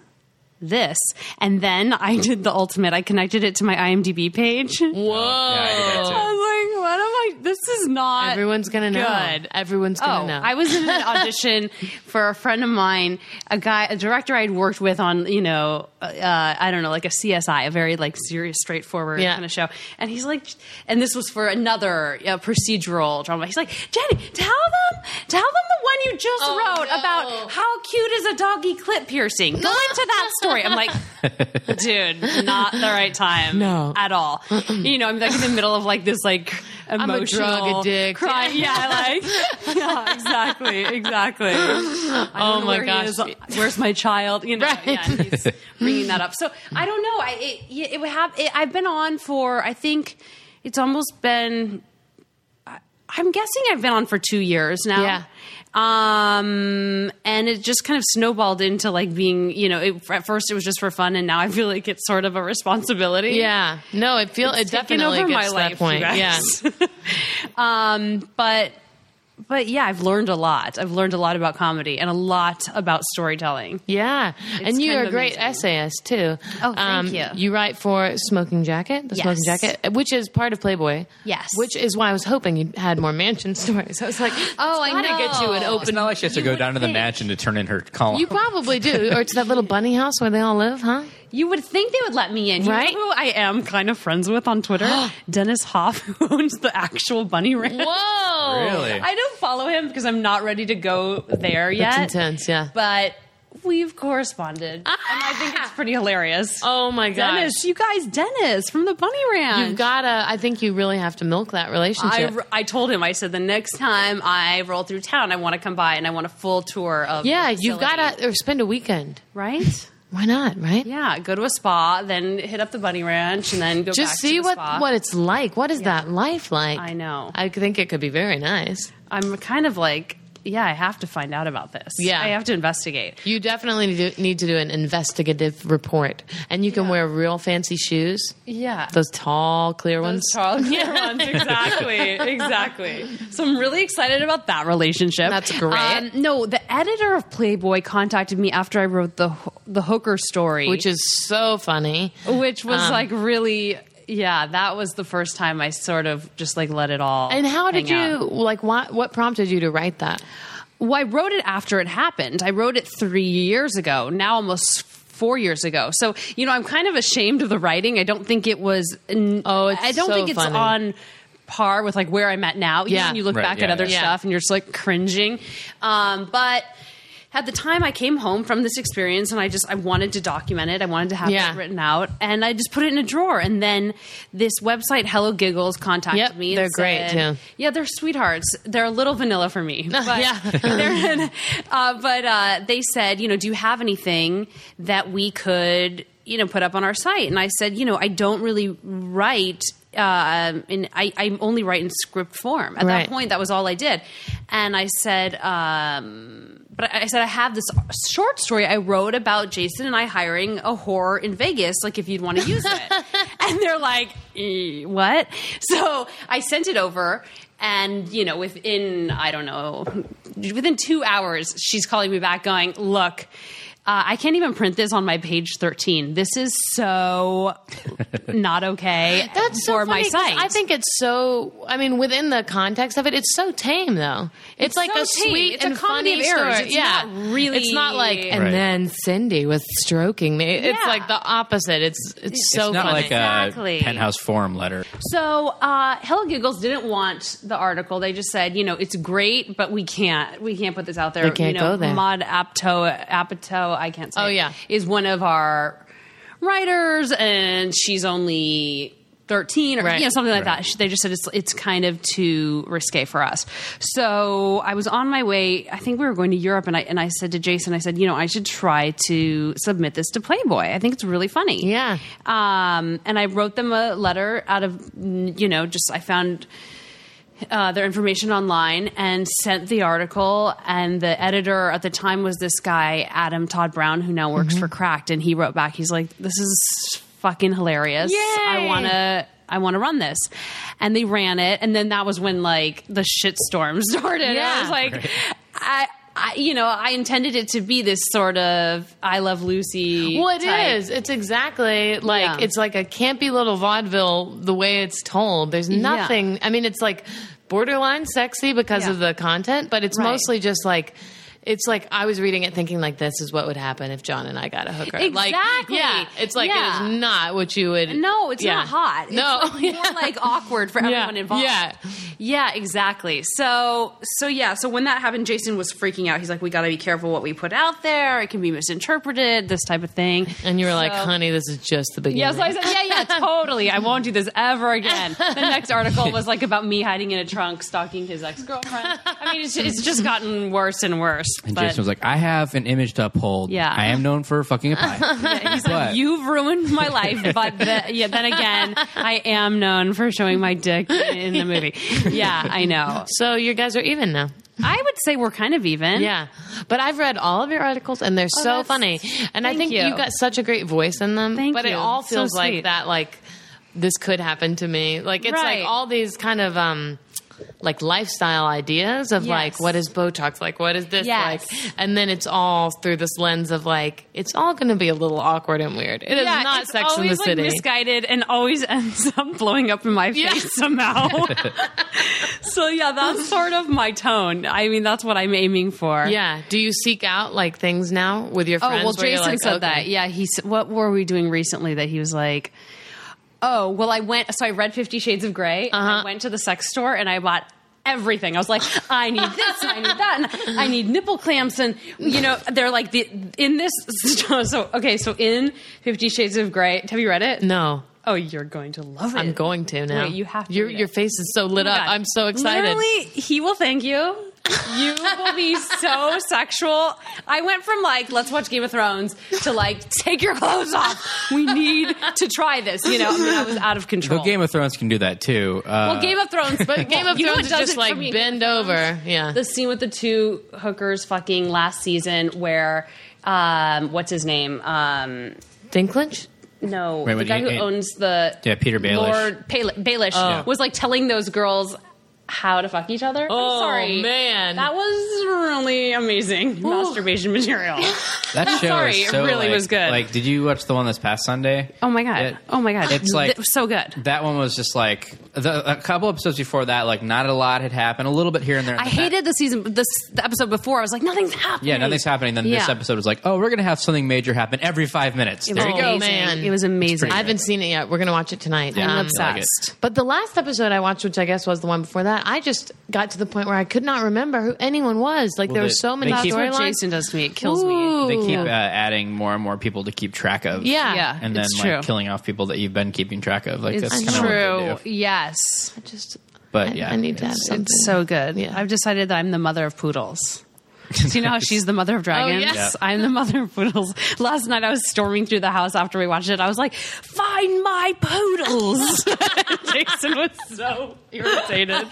S4: this, and then I did the ultimate. I connected it to my IMDb page.
S5: Whoa.
S2: Yeah, I did that
S4: I was like, what am I? This is not.
S5: Everyone's gonna know.
S4: Uh, Good.
S5: Everyone's gonna
S4: Oh,
S5: know.
S4: I was in an audition for a friend of mine, a guy, a director I'd worked with on, you know, uh, I don't know, like a CSI, a very like serious, straightforward
S5: Yeah.
S4: kind of show. And he's like, and this was for another uh, procedural drama. He's like, Jenny, tell them, tell them the one you just
S5: Oh,
S4: wrote
S5: no.
S4: about how cute is a doggy clip piercing. Go into that story. I'm like, dude, not the right time.
S5: No.
S4: at all. you know, I'm like in the middle of like this like
S5: a
S4: emotional
S5: drug addict.
S4: cry- yeah, like yeah, exactly, exactly. I don't
S5: Oh
S4: know
S5: my
S4: where he
S5: gosh.
S4: is. where's my child? You know, yeah, and he's bringing that up. So I don't know. I it, yeah, it would have. It, I've been on for I think it's almost been. I- I'm guessing I've been on for two years now.
S5: Yeah.
S4: Um, and it just kind of snowballed into like being, you know, it, at first it was just for fun, and now I feel like it's sort of a responsibility
S5: yeah. No, it feels it
S4: taken
S5: definitely
S4: over
S5: gets
S4: my
S5: to
S4: life,
S5: that point.
S4: you guys.
S5: Yeah.
S4: um, but but yeah, I've learned a lot. I've learned a lot about comedy and a lot about storytelling.
S5: Yeah, and you
S4: kind
S5: are a
S4: of
S5: great
S4: amazing.
S5: essayist too. Um,
S4: Oh, thank you.
S5: You write for Smoking Jacket, the Smoking
S4: Yes.
S5: Jacket, which is part of Playboy.
S4: Yes.
S5: which is why I was hoping you had more mansion stories. I was like, oh,
S4: I
S5: gotta get you
S4: know.
S5: an
S2: It's
S5: open.
S2: not like she has to
S4: You
S2: go
S4: would
S2: down to the
S4: think.
S2: mansion to turn in her column.
S5: You probably do, or it's that little bunny house where they all live, huh?
S4: You would think they would let me in. You
S5: Right?
S4: know who I am kind of friends with on Twitter? Dennis Hoff, who owns the actual bunny ranch.
S5: Whoa,
S2: really?
S4: I don't follow him because I'm not ready to go there yet.
S5: That's intense. Yeah.
S4: But we've corresponded. And I think it's pretty hilarious.
S5: oh my gosh.
S4: Dennis, you guys, Dennis from the Bunny Ranch.
S5: You've gotta. I think you really have to milk that
S4: I,
S5: relationship.
S4: I told him, I said, the next time I roll through town, I want to come by and I want a full tour of. the
S5: yeah, you've
S4: facility."
S5: gotta or spend a weekend.
S4: Right?
S5: Why not? Right.
S4: Yeah, go to a spa, then hit up the bunny ranch, and then go
S5: Just
S4: back
S5: see
S4: to the
S5: what
S4: spa.
S5: what it's like. What is that life like?
S4: I know.
S5: I think it could be very nice.
S4: I'm kind of like, yeah, I have to find out about this.
S5: Yeah.
S4: I have to investigate.
S5: You definitely need to, need to do an investigative report, and you can wear real fancy shoes,
S4: Yeah.
S5: those tall, clear
S4: Those
S5: ones.
S4: tall clear ones, exactly, exactly. So I'm really excited about that relationship. Um,
S5: That's great.
S4: no, the editor of Playboy contacted me after I wrote the ho- the hooker story,
S5: which is so funny.
S4: which was
S5: Um,
S4: like really yeah that was the first time i sort of just like let it all
S5: And how did you
S4: hang out.
S5: like? What what prompted you to write that?
S4: well i wrote it after it happened i wrote it three years ago now almost four years ago so you know i'm kind of ashamed of the writing i don't think it was
S5: Oh, it's
S4: i don't
S5: so
S4: think it's
S5: funny.
S4: on par with like where i'm at now You know,
S5: Yeah.
S4: when you look
S2: Right,
S4: back
S2: yeah,
S4: at other
S2: yeah.
S4: stuff and you're just like cringing um, but at the time I came home from this experience and I just I wanted to document it. I wanted to have
S5: Yeah.
S4: it written out and I just put it in a drawer and then this website Hello Giggles contacted
S5: Yep,
S4: me. and
S5: they're great,
S4: said-
S5: yeah.
S4: Yeah, they're sweethearts. They're a little vanilla for me. But
S5: Yeah.
S4: they're- uh, but uh, they said, you know, do you have anything that we could, you know, put up on our site? And I said, you know, I don't really write. Uh, in, I, I only write in script form. At
S5: Right.
S4: that point, that was all I did. And I said, um, but I I said, I have this short story I wrote about Jason and I hiring a whore in Vegas, like if you'd want to use it. and they're like, "Eh, what? So I sent it over. And, you know, within, I don't know, within two hours, she's calling me back going, look, uh, I can't even print this on my page 13. This is so not okay
S5: That's so
S4: for
S5: funny,
S4: my
S5: 'cause
S4: site.
S5: I think it's so. I mean, within the context of it, it's so tame though. It's, like
S4: so
S5: a
S4: tame.
S5: sweet
S4: It's a
S5: and
S4: comedy
S5: funny
S4: of errors.
S5: story.
S4: It's
S5: yeah,
S4: not really-
S5: It's not like and
S2: Right.
S5: then Cindy was stroking me. It's
S4: Yeah.
S5: like the opposite. It's it's, so
S2: it's not
S5: funny.
S2: like uh,
S4: Exactly.
S2: a penthouse forum letter.
S4: So uh, Hello Giggles didn't want the article. They just said, you know, it's great, but we can't we can't put this out there.
S5: They can't
S4: you know,
S5: go there.
S4: Mod Apto Apatow, I can't say.
S5: Oh,
S4: it,
S5: yeah.
S4: is one of our writers, and she's only. 13 or
S5: Right.
S4: you know something like
S2: Right.
S4: that She- they just said it's it's kind of too risque for us so i was on my way i think we were going to europe and i and i said to jason i said you know i should try to submit this to playboy i think it's really funny
S5: Yeah.
S4: um, and I wrote them a letter out of you know just I found uh, their information online and sent the article. And the editor at the time was this guy Adam Todd Brown, who now
S5: Mm-hmm.
S4: works for Cracked, and he wrote back. He's like, "This is fucking hilarious. I
S5: Yay.
S4: want to." I want to run this, and they ran it, and then that was when like the shitstorm started.
S5: Yeah.
S4: I was like, I, I, you know, I intended it to be this sort of I Love Lucy.
S5: Well, it
S4: type.
S5: is. It's exactly like
S4: Yeah.
S5: it's like a campy little vaudeville. The way it's told, there's nothing. I mean, it's like borderline sexy because
S4: Yeah.
S5: of the content, but it's
S4: Right.
S5: mostly just like. It's like I was reading it thinking like this is what would happen if John and I got a hooker. Like,
S4: Exactly.
S5: yeah, it's like
S4: Yeah.
S5: it is not what you would.
S4: No, it's
S5: Yeah.
S4: not hot. It's
S5: No,
S4: like more like awkward for
S5: Yeah.
S4: everyone involved.
S5: Yeah.
S4: yeah, exactly. So, so yeah, so when that happened, Jason was freaking out. He's like, "We got to be careful what we put out there. It can be misinterpreted. This type of thing."
S5: and you were like,
S4: So-
S5: honey, this is just the beginning.
S4: Yeah, so I said, yeah, yeah, totally. I won't do this ever again. The next article was like about me hiding in a trunk, stalking his ex girlfriend. I mean, it's, it's just gotten worse and worse.
S2: And
S4: but
S2: Jason was like, "I have an image to uphold.
S4: Yeah.
S2: I am known for fucking a pie."
S4: He's
S2: But-
S4: like, you've ruined my life, but the, yeah. Then again, I am known for showing my dick in the movie. Yeah, I know.
S5: So you guys are even now.
S4: I would say we're kind of even.
S5: Yeah, but I've read all of your articles and they're so
S4: Oh, that's-
S5: funny, and I
S4: thank
S5: think you.
S4: you.
S5: got such a great voice in them.
S4: Thank
S5: but it
S4: you.
S5: all
S4: So
S5: feels like
S4: sweet.
S5: that, like this could happen to me. Like it's
S4: Right.
S5: like all these kind of um, like lifestyle ideas of like
S4: Yes.
S5: what is Botox like, what is this
S4: Yes.
S5: like, and then it's all through this lens of like it's all going to be a little awkward and weird. It is
S4: Yeah,
S5: not
S4: it's
S5: Sex in
S4: always,
S5: the
S4: like,
S5: City.
S4: misguided and always ends up blowing up in my face
S5: Yeah.
S4: somehow. so yeah, that's sort of my tone. I mean, that's what I'm aiming for.
S5: yeah. Do you seek out like things now with your
S4: Oh
S5: friends?
S4: well,
S5: where you're
S4: Jason
S5: like,
S4: said
S5: okay.
S4: that. Yeah, he. s- What were we doing recently that he was like? Oh well, I went. So I read Fifty Shades of gray and
S5: Uh-huh.
S4: I went to the sex store and I bought everything. I was like, I need this, and I need that, and I need nipple clamps, and you know, they're like the in this. So okay, so in Fifty Shades of Grey, have you read it?
S5: No.
S4: Oh, you're going to love it.
S5: I'm going to now.
S4: Wait, you have to
S5: Your,
S4: read it.
S5: your face is so lit
S4: Oh my
S5: up.
S4: God.
S5: I'm so excited.
S4: Literally, he will thank you. You will be so sexual. I went from like, let's watch Game of Thrones to like, take your clothes off. We need to try this. You know, I mean, I was out of control.
S2: well, Game of Thrones can do that too. Uh,
S4: Well, Game of Thrones,
S5: But Game of
S4: you know
S5: Thrones
S4: what
S5: is
S4: does
S5: just
S4: it for
S5: like
S4: me?
S5: bend over. Yeah.
S4: the scene with the two hookers fucking last season where, um, what's his name? Um,
S5: Dinklage?
S4: no,
S2: Wait,
S4: the
S2: when
S4: guy
S2: he-
S4: who
S2: he-
S4: owns the
S2: Yeah, Peter Baelish.
S4: Lord Pal- Baelish
S2: Oh.
S4: was like telling those girls how to fuck each other. I'm
S5: Oh,
S4: sorry,
S5: man.
S4: that was really amazing masturbation material.
S2: that show
S4: sorry,
S2: is
S4: it
S2: so,
S4: really
S2: like-
S4: was good.
S2: Like, did you watch the one this past Sunday?
S4: oh my god!
S2: It-
S4: oh my god!
S2: It's like
S4: Th- so good.
S2: That one was just like the, a couple episodes before that. Like, not a lot had happened. A little bit here and there. in
S4: I
S2: the
S4: hated the season, this the episode before. I was like, nothing's happening.
S2: Yeah, nothing's happening. Then this
S4: Yeah.
S2: episode was like, oh, we're gonna have something major happen every five minutes.
S4: It
S2: There
S4: was
S2: you go.
S4: amazing.
S5: man.
S4: It was amazing.
S2: pretty
S5: I haven't seen it yet. We're going to watch it tonight. Um,
S2: Yeah,
S4: I'm
S2: I like it.
S4: obsessed.
S5: but the last episode I watched, which I guess was the one before that, not. I just got to the point where I could not remember who anyone was. Like
S2: Well,
S5: there were
S2: they-
S5: so many
S2: they keep-
S4: That's what
S5: storylines.
S4: Jason does to me. It kills me.
S5: Ooh.
S2: They keep uh, adding more and more people to keep track of.
S5: Yeah.
S6: Yeah.
S2: And then
S6: It's
S2: like
S6: true.
S2: killing off people that you've been keeping track of. Like
S6: It's
S2: that's kind of what they do.
S6: true. Yes.
S5: I just.
S2: But
S5: I-
S2: yeah,
S5: I need to have something.
S6: It's so good.
S5: Yeah.
S6: I've
S5: I've
S6: decided that I'm the mother of poodles. Do you know how she's the mother of dragons?
S5: yeah. Yeah.
S6: I'm the mother of poodles. Last night I was storming through the house after we watched it. I was like, "Find my poodles!" Jason was so irritated.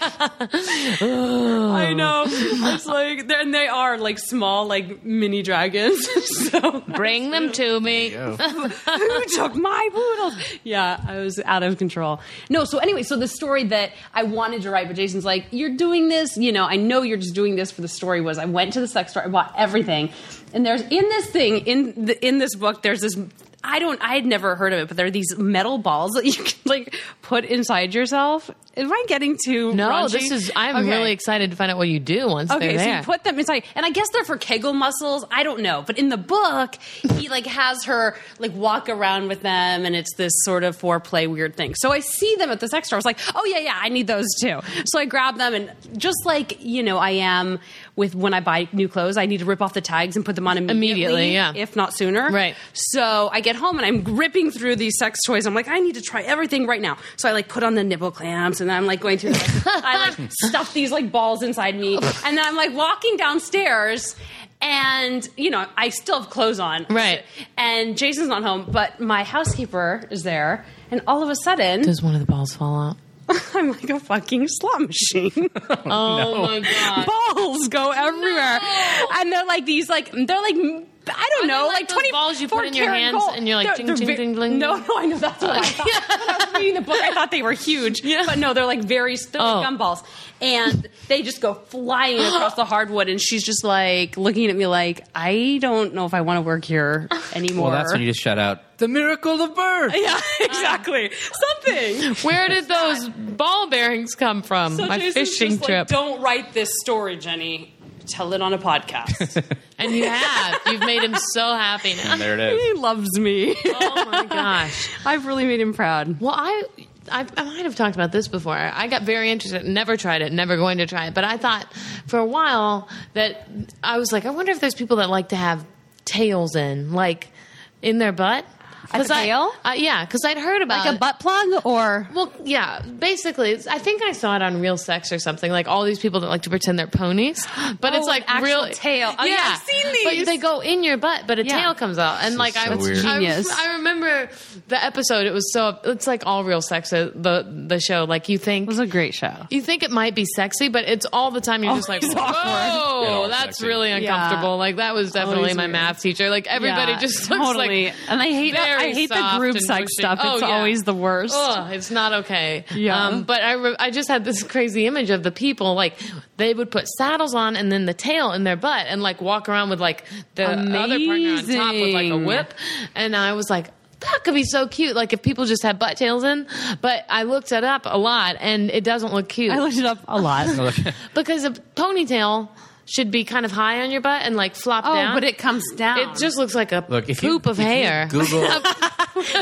S4: I know. It's like, and they are like small, like mini dragons. so
S5: Bring them to me.
S4: who took my poodles? Yeah, I was out of control. No, so anyway, so the story that I wanted to write, but Jason's like, you're doing this, you know, I know you're just doing this for the story. Was I went to the sex store, I bought everything, and there's in this thing in the, in this book, there's this. I don't. I had never heard of it, but there are these metal balls that you can like put inside yourself. Am I getting too?
S5: No,
S4: raunchy?
S5: this is. I'm
S4: Okay.
S5: really excited to find out what you do once
S4: Okay,
S5: they're
S4: so
S5: there.
S4: you put them inside, and I guess they're for Kegel muscles. I don't know, but in the book, he like has her like walk around with them, and it's this sort of foreplay weird thing. So I see them at the sex store. I was like, oh yeah, yeah, I need those too. So I grab them, and just like you know, I am with when I buy new clothes, I need to rip off the tags and put them on immediately,
S5: Immediately, yeah.
S4: if not sooner.
S5: Right.
S4: So I get home and I'm ripping through these sex toys. I'm like, I need to try everything right now. So I like put on the nipple clamps and then I'm like going through. Like, I like stuff these like balls inside me, and then I'm like walking downstairs. And you know, I still have clothes on.
S5: Right.
S4: And Jason's not home, but my housekeeper is there. And all of a sudden,
S5: Does one of the balls fall out?
S4: I'm like a fucking slot machine.
S5: Oh my god!
S4: balls go everywhere, and they're like these like they're like I don't
S5: Aren't
S4: know
S5: they like
S4: like,
S5: those
S4: twenty
S5: balls you put
S4: 4
S5: in your
S4: karat
S5: hands
S4: gold.
S5: and you're like, "Ding,
S4: They're- they're
S5: ding,
S4: ve-
S5: ding, ding,
S4: No,
S5: ding."
S4: no, I know that's what I thought. when I was reading the book, I thought they were huge, but no, they're like very they're
S5: Oh.
S4: like gumballs, and they just go flying across the hardwood. And she's just like looking at me like I don't know if I want to work here anymore.
S2: Well, that's when you just shout out the miracle of birth.
S4: yeah, exactly. Something.
S5: Where did those ball bearings come from?
S4: So
S5: my
S4: Jason's
S5: fishing
S4: just like,
S5: trip.
S4: don't write this story, Jenny. Tell it on a podcast.
S5: and you have. You've made him so happy now.
S2: And there it is.
S4: he loves me.
S5: Oh my gosh.
S4: I've really made him proud.
S5: Well, I, I I might have talked about this before. I got very interested. Never tried it. Never going to try it. But I thought for a while that I was like, I wonder if there's people that like to have tails in, like in their butt.
S4: At the
S5: 'Cause I-
S4: tail?
S5: I, yeah, because I'd heard about it.
S4: butt plug or
S5: Well, yeah, basically, it's, I think I saw it on Real Sex or something. Like all these people that like to pretend they're ponies, but
S4: Oh,
S5: it's like
S4: an actual
S5: real
S4: tail. Oh, yeah, I've seen these.
S5: But they go in your butt, but a
S4: Yeah.
S5: tail comes out, and like
S2: is
S5: I
S2: so
S5: was
S2: weird.
S5: I-
S4: Genius.
S5: I, remember the episode. It was so. It's like all Real Sex, uh, the the show. Like you think
S6: a great show.
S5: you think it might be sexy, but it's all the time. You're just like,
S4: Always Oh, awkward.
S2: Yeah,
S5: whoa,
S2: always
S5: that's
S2: sexy.
S5: really uncomfortable. Like that was definitely
S4: Always
S5: my
S4: weird.
S5: math teacher. Like everybody just looks
S6: totally.
S5: like.
S6: and I hate I
S5: very
S6: hate the
S5: soft
S6: group
S5: and
S6: sex
S5: bushy.
S6: stuff.
S5: Oh,
S6: it's
S5: yeah.
S6: always the worst.
S5: Ugh, it's not okay.
S6: Yeah.
S5: Um, but I, re- I just had this crazy image of the people like they would put saddles on and then the tail in their butt and like walk around with like the other partner on top with like a
S6: Amazing.
S5: whip. And I was like, that could be so cute. Like if people just had butt tails in. But I looked it up a lot and it doesn't look cute
S6: I looked it up a lot. oh,
S5: because a ponytail should be kind of high on your butt and like flop down.
S6: Oh, but it comes down.
S5: it just looks like a
S2: Look, if you-
S5: poop of
S2: if you
S5: hair.
S2: Google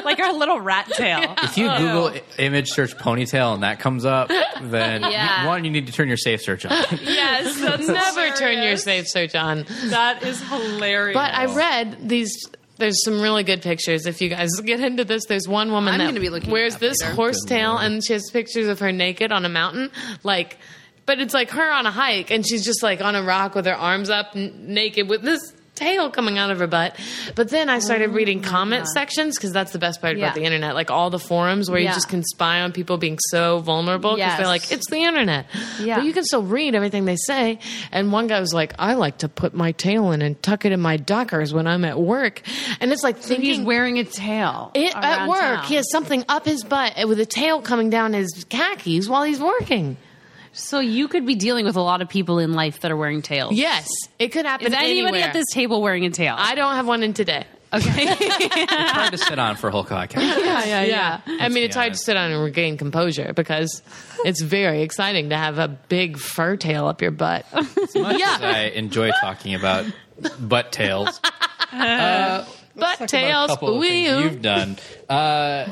S6: like our little rat tail.
S2: if you Google i- image search ponytail and that comes up, then
S5: Yeah.
S2: you, one you need to turn your safe search on.
S5: yes, that's never turn your safe search on.
S6: that is hilarious.
S5: But I read these. There's some really good pictures. If you guys get into this, there's one woman
S6: I'm
S5: that
S6: gonna be looking it
S5: wears
S6: up
S5: this
S6: later.
S5: horsetail, and she has pictures of her naked on a mountain, like. But it's like her on a hike, and she's just like on a rock with her arms up, n- naked, with this tail coming out of her butt. But then I started reading comment sections because that's the best part
S6: Oh Yeah.
S5: about the internet, like all the forums where
S6: Yeah.
S5: you just can spy on people being so vulnerable because
S6: Yes.
S5: they're like, it's the internet.
S6: Yeah.
S5: But you can still read everything they say. And one guy was like, I like to put my tail in and tuck it in my dockers when I'm at work. And it's like thinking
S6: he's wearing a tail
S5: it, at
S6: around
S5: work,
S6: town.
S5: he has something up his butt with a tail coming down his khakis while he's working.
S6: So you could be dealing with a lot of people in life that are wearing tails.
S5: Yes, it could happen.
S6: Is anybody
S5: anywhere.
S6: at this table wearing a tail?
S5: I don't have one in today.
S2: Hard to sit on for a whole podcast.
S5: Yeah, yeah, yeah. I mean,
S2: be
S5: it's hard to
S2: honest.
S5: sit down and regain composure because it's very exciting to have a big fur tail up your butt.
S2: As much as I enjoy talking about butt tails.
S5: butt
S2: about a
S5: tails,
S2: couple of
S5: wee
S2: things you've done. Uh,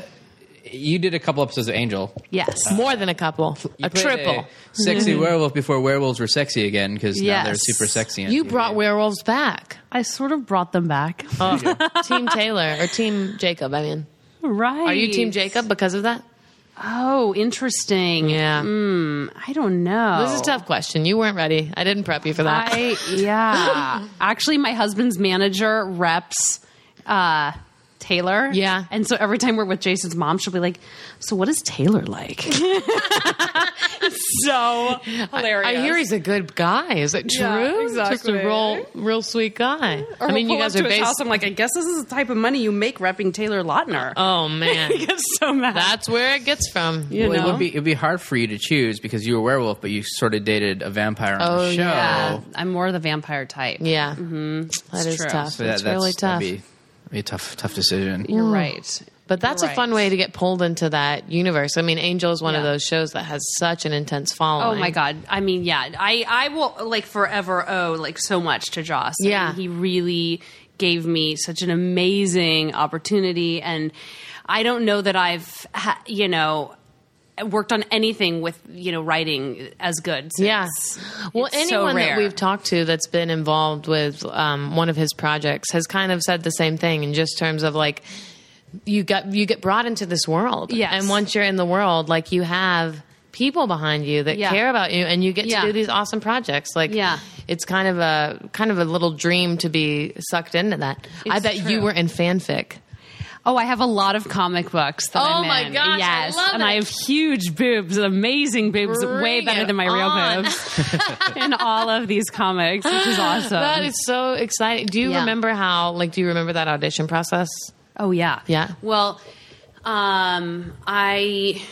S2: you did a couple episodes of Angel.
S4: Yes.
S5: More than a couple,
S2: You
S5: a
S2: played
S5: triple.
S2: sexy werewolf before werewolves were sexy again because now they're
S4: Yes.
S2: super sexy. on
S5: You
S2: TV.
S5: brought werewolves back.
S4: I sort of brought them back.
S5: Oh. team Taylor or Team Jacob? I mean,
S4: right.
S5: are you Team Jacob because of that?
S4: Oh, interesting. Hmm,
S5: Yeah.
S4: I don't know.
S5: This is a tough question. You weren't ready. I didn't prep you for that.
S4: Oh. I yeah. Actually, my husband's manager reps uh, Taylor.
S5: Yeah.
S4: and so every time we're with Jason's mom, she'll be like, "So what is Taylor like?" so hilarious.
S5: I hear he's a good guy. Is it true?
S4: Yeah,
S5: Just a
S4: exactly.
S5: real, real sweet guy.
S4: Or
S5: I mean, you
S4: he'll pull
S5: guys
S4: up
S5: are
S4: to his
S5: based.
S4: house. I'm like, I guess this is the type of money you make repping Taylor Lautner.
S5: Oh man,
S4: I get so mad.
S5: that's where it gets from.
S4: you
S2: Well, it
S4: know?
S2: would be it'd be hard for you to choose because you were a werewolf, but you sort of dated a vampire on
S5: Oh,
S2: the show.
S5: yeah.
S4: Uh, I'm more the vampire type.
S5: Yeah, mm-hmm.
S4: It's true.
S5: tough.
S2: So that-
S5: it's really tough.
S2: That'd be, that'd be a tough, tough decision.
S4: You're right.
S5: But that's
S4: You're
S5: a fun
S4: right.
S5: way to get pulled into that universe. I mean, Angel is one of
S4: Yeah.
S5: those shows that has such an intense
S4: Oh
S5: following.
S4: my god! I mean, yeah, I I will like forever owe like so much to Joss. I mean,
S5: Yeah.
S4: he really gave me such an amazing opportunity, and I don't know that I've ha- you know worked on anything with you know writing as good. Since.
S5: Yeah. Well,
S4: It's so
S5: anyone that
S4: rare.
S5: we've talked to that's been involved with um, one of his projects has kind of said the same thing in just terms of like you got you get brought into this world,
S4: Yes.
S5: and once you're in the world, like you have people behind you that
S4: Yeah.
S5: care about you, and you get to
S4: Yeah.
S5: do these awesome projects. Like,
S4: Yeah.
S5: it's kind of a kind of a little dream to be sucked into that. I
S4: It's
S5: bet you
S4: true.
S5: were in fanfic.
S4: Oh, I have a lot of comic books. That
S5: Oh
S4: I'm
S5: my
S4: in.
S5: gosh, I
S4: Yes,
S5: love
S4: and
S5: it.
S4: I have huge boobs, amazing boobs, way
S5: Bring
S4: better
S5: it
S4: than my
S5: on.
S4: real boobs in all of these comics, which is awesome.
S5: That is so exciting. Do you
S4: Yeah.
S5: remember how? Like, do you remember that audition process?
S4: Oh yeah,
S5: Yeah.
S4: Well, um, I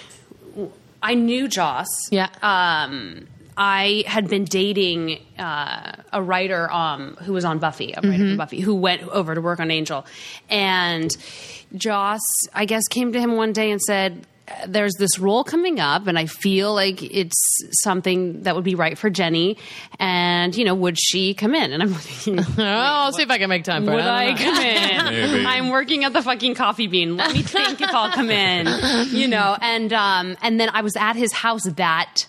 S4: I knew Joss.
S5: Yeah.
S4: Um, I had been dating uh, a writer um, who was on Buffy, a writer
S5: Mm-hmm.
S4: for Buffy, who went over to work on Angel, and Joss, I guess, came to him one day and said. There's this role coming up, and I feel like it's something that would be right for Jenny. And you know, would she come in? And I'm like,
S5: Oh, I'll see if I can make time for
S4: would
S5: it. I
S4: I
S5: don't know.
S4: come in? I'm working at the fucking coffee bean. Let me think if I'll come in. You know, and um, and then I was at his house that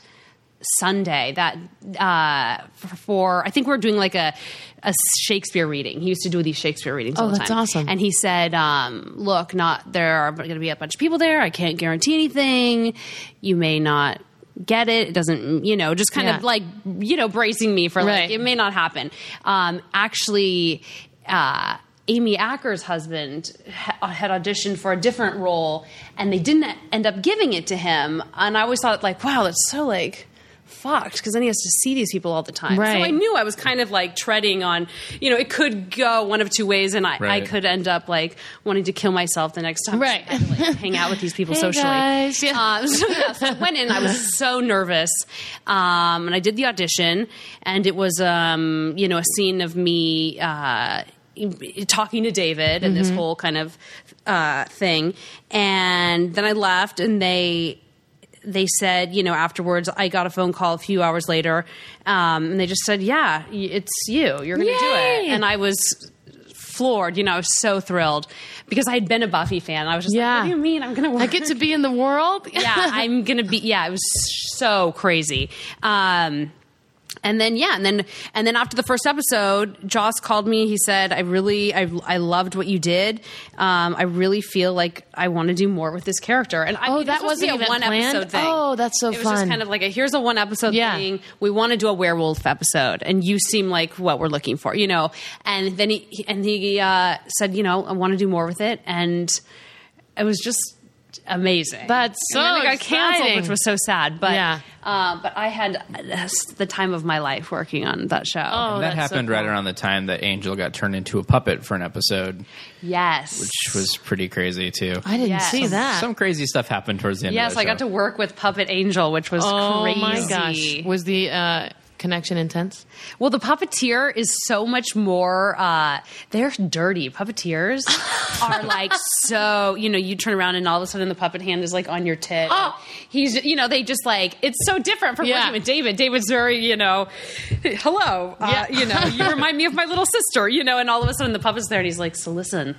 S4: Sunday that uh, f- for I think we are doing like a a Shakespeare reading. He used to do these Shakespeare readings.
S5: Oh,
S4: all the
S5: that's
S4: time.
S5: awesome.
S4: And he said, um, "Look, not there are going to be a bunch of people there. I can't guarantee anything. You may not." Get it? It doesn't, you know, just kind
S5: Yeah.
S4: of like, you know, bracing me for like,
S5: Right.
S4: it may not happen. Um, actually, uh, Amy Acker's husband ha- had auditioned for a different role, and they didn't end up giving it to him. And I always thought, like, wow, that's so like fucked because then he has to see these people all the time. So
S5: Right.
S4: I knew I was kind of like treading on, you know, it could go one of two ways, and I,
S2: Right.
S4: I could end up like wanting to kill myself the next time.
S5: Right.
S4: I had to, like, hang out with these people
S5: Hey,
S4: socially.
S5: guys. Yeah.
S4: Uh, so, yeah, so I went in. I was so nervous, um, and I did the audition, and it was um, you know a scene of me uh, talking to David and this
S5: Mm-hmm.
S4: whole kind of uh, thing, and then I left, and they they said, you know, afterwards, I got a phone call a few hours later, um, and they just said, yeah, y- it's you. You're going to do
S5: Yay!
S4: it. And I was floored. You know, I was so thrilled because I had been a Buffy fan. I was just
S5: Yeah.
S4: like, what do you mean? I'm going to work.
S5: I get to be in the world.
S4: yeah, I'm going to be. Yeah, it was so crazy. Um, and then yeah, and then and then after the first episode, Joss called me. He said, "I really, I, I loved what you did. Um, I really feel like I want to do more with this character." And I
S5: Oh,
S4: mean,
S5: that
S4: this was
S5: wasn't
S4: a
S5: even
S4: one
S5: planned?
S4: episode thing.
S5: Oh, that's so
S4: it was
S5: fun.
S4: Just kind of like a here's a one episode
S5: Yeah.
S4: thing. We want to do a werewolf episode, and you seem like what we're looking for, you know. And then he he- and he uh, said, you know, I want to do more with it, and it was just amazing.
S5: That's
S4: and then
S5: so
S4: it got canceled,
S5: exciting.
S4: which was so sad. But
S5: Yeah.
S4: uh, but I had uh, the time of my life working on that show.
S5: Oh,
S2: that
S5: that's so
S2: happened right
S5: cool.
S2: around the time that Angel got turned into a puppet for an episode,
S4: yes,
S2: which was pretty crazy too.
S5: I didn't
S4: Yes.
S5: see that.
S2: Some crazy stuff happened towards the end.
S4: yes,
S2: of that
S4: I got to
S2: show.
S4: work with Puppet Angel, which was
S5: oh
S4: crazy.
S5: my gosh, was the uh, connection intense?
S4: Well, the puppeteer is so much more. Uh, they're dirty. Puppeteers are like so. You know, you turn around and all of a sudden the puppet hand is like on your tit.
S5: Oh.
S4: He's, you know, they just like it's so different from
S5: Yeah.
S4: working with David. David's very, you know, hello. Uh,
S5: Yeah.
S4: You know, you remind me of my little sister. You know, and all of a sudden the puppet's there and he's like, so listen,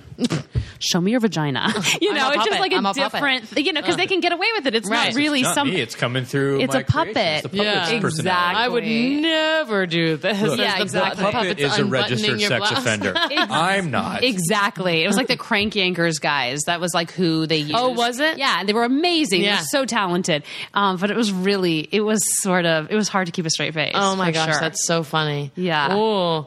S4: show me your vagina. You
S6: I'm
S4: know,
S6: a
S4: it's just
S6: puppet.
S4: like a
S6: I'm a puppet.
S4: different, you know, because they can get away with it. It's
S6: Right.
S4: not really
S7: Not
S4: some.
S7: me. It's coming through.
S4: It's
S7: my
S4: a
S7: creation.
S4: puppet.
S7: It's the puppet's
S6: Yeah.
S7: personality.
S5: I would never do this.
S7: Look,
S6: Yeah,
S7: the
S6: exactly.
S7: Puppet
S6: Puppet's
S7: is a
S6: unbuttoning
S7: registered
S6: your
S7: sex
S6: blouse.
S7: offender. I'm not.
S4: Exactly. It was like the crank yankers guys. That was like who they used.
S6: Oh, was it?
S4: Yeah, and they were amazing. They
S6: Yeah.
S4: were so talented. Um, but it was really, it was sort of, it was hard to keep a straight face.
S6: Oh
S5: Oh my
S4: for
S5: gosh,
S4: sure.
S5: that's so funny.
S4: Yeah.
S5: Ooh.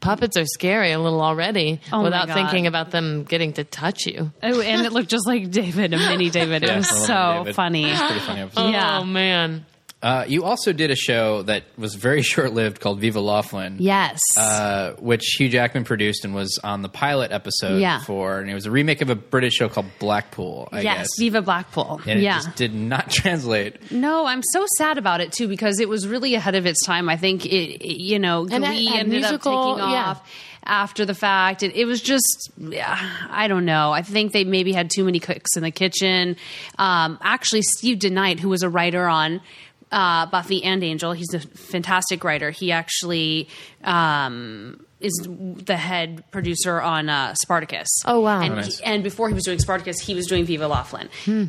S5: Puppets are scary a little already
S4: my
S5: without
S4: God.
S5: thinking about them getting to touch you.
S4: Oh, and it looked just like David and Mini David. It
S7: Yeah,
S4: was
S7: I love
S4: so
S7: David.
S4: funny.
S7: It's pretty funny episode.
S4: Yeah.
S5: Oh man.
S2: Uh, you also did a show that was very short lived called Viva Laughlin.
S4: Yes.
S2: Uh, which Hugh Jackman produced and was on the pilot episode
S4: Yeah.
S2: for, and it was a remake of a British show called Blackpool. I
S4: yes.
S2: guess.
S4: Viva Blackpool.
S2: and it
S4: yeah.
S2: just did not translate.
S4: No, I'm so sad about it too because it was really ahead of its time. I think it, it- you know, Glee
S5: And that- that
S4: ended
S5: musical,
S4: up taking
S5: yeah.
S4: off after the fact. It, it was just, yeah, I don't know. I think they maybe had too many cooks in the kitchen. Um, actually, Steve DeKnight, who was a writer on. Uh, Buffy and Angel. He's a fantastic writer. He actually um, is the head producer on uh, Spartacus.
S5: Oh, wow.
S4: And
S5: Oh,
S2: nice.
S4: and before he was doing Spartacus, he was doing Viva Laughlin. Uh,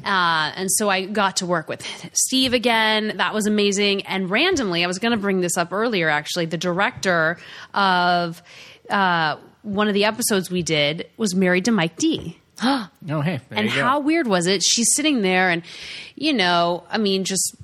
S4: and so I got to work with Steve again. That was amazing. And randomly, I was going to bring this up earlier, actually, the director of uh, one of the episodes we did was married to Mike D
S2: No, hey, there
S4: and
S2: you go.
S4: how weird was it? She's sitting there, and you know, I mean, just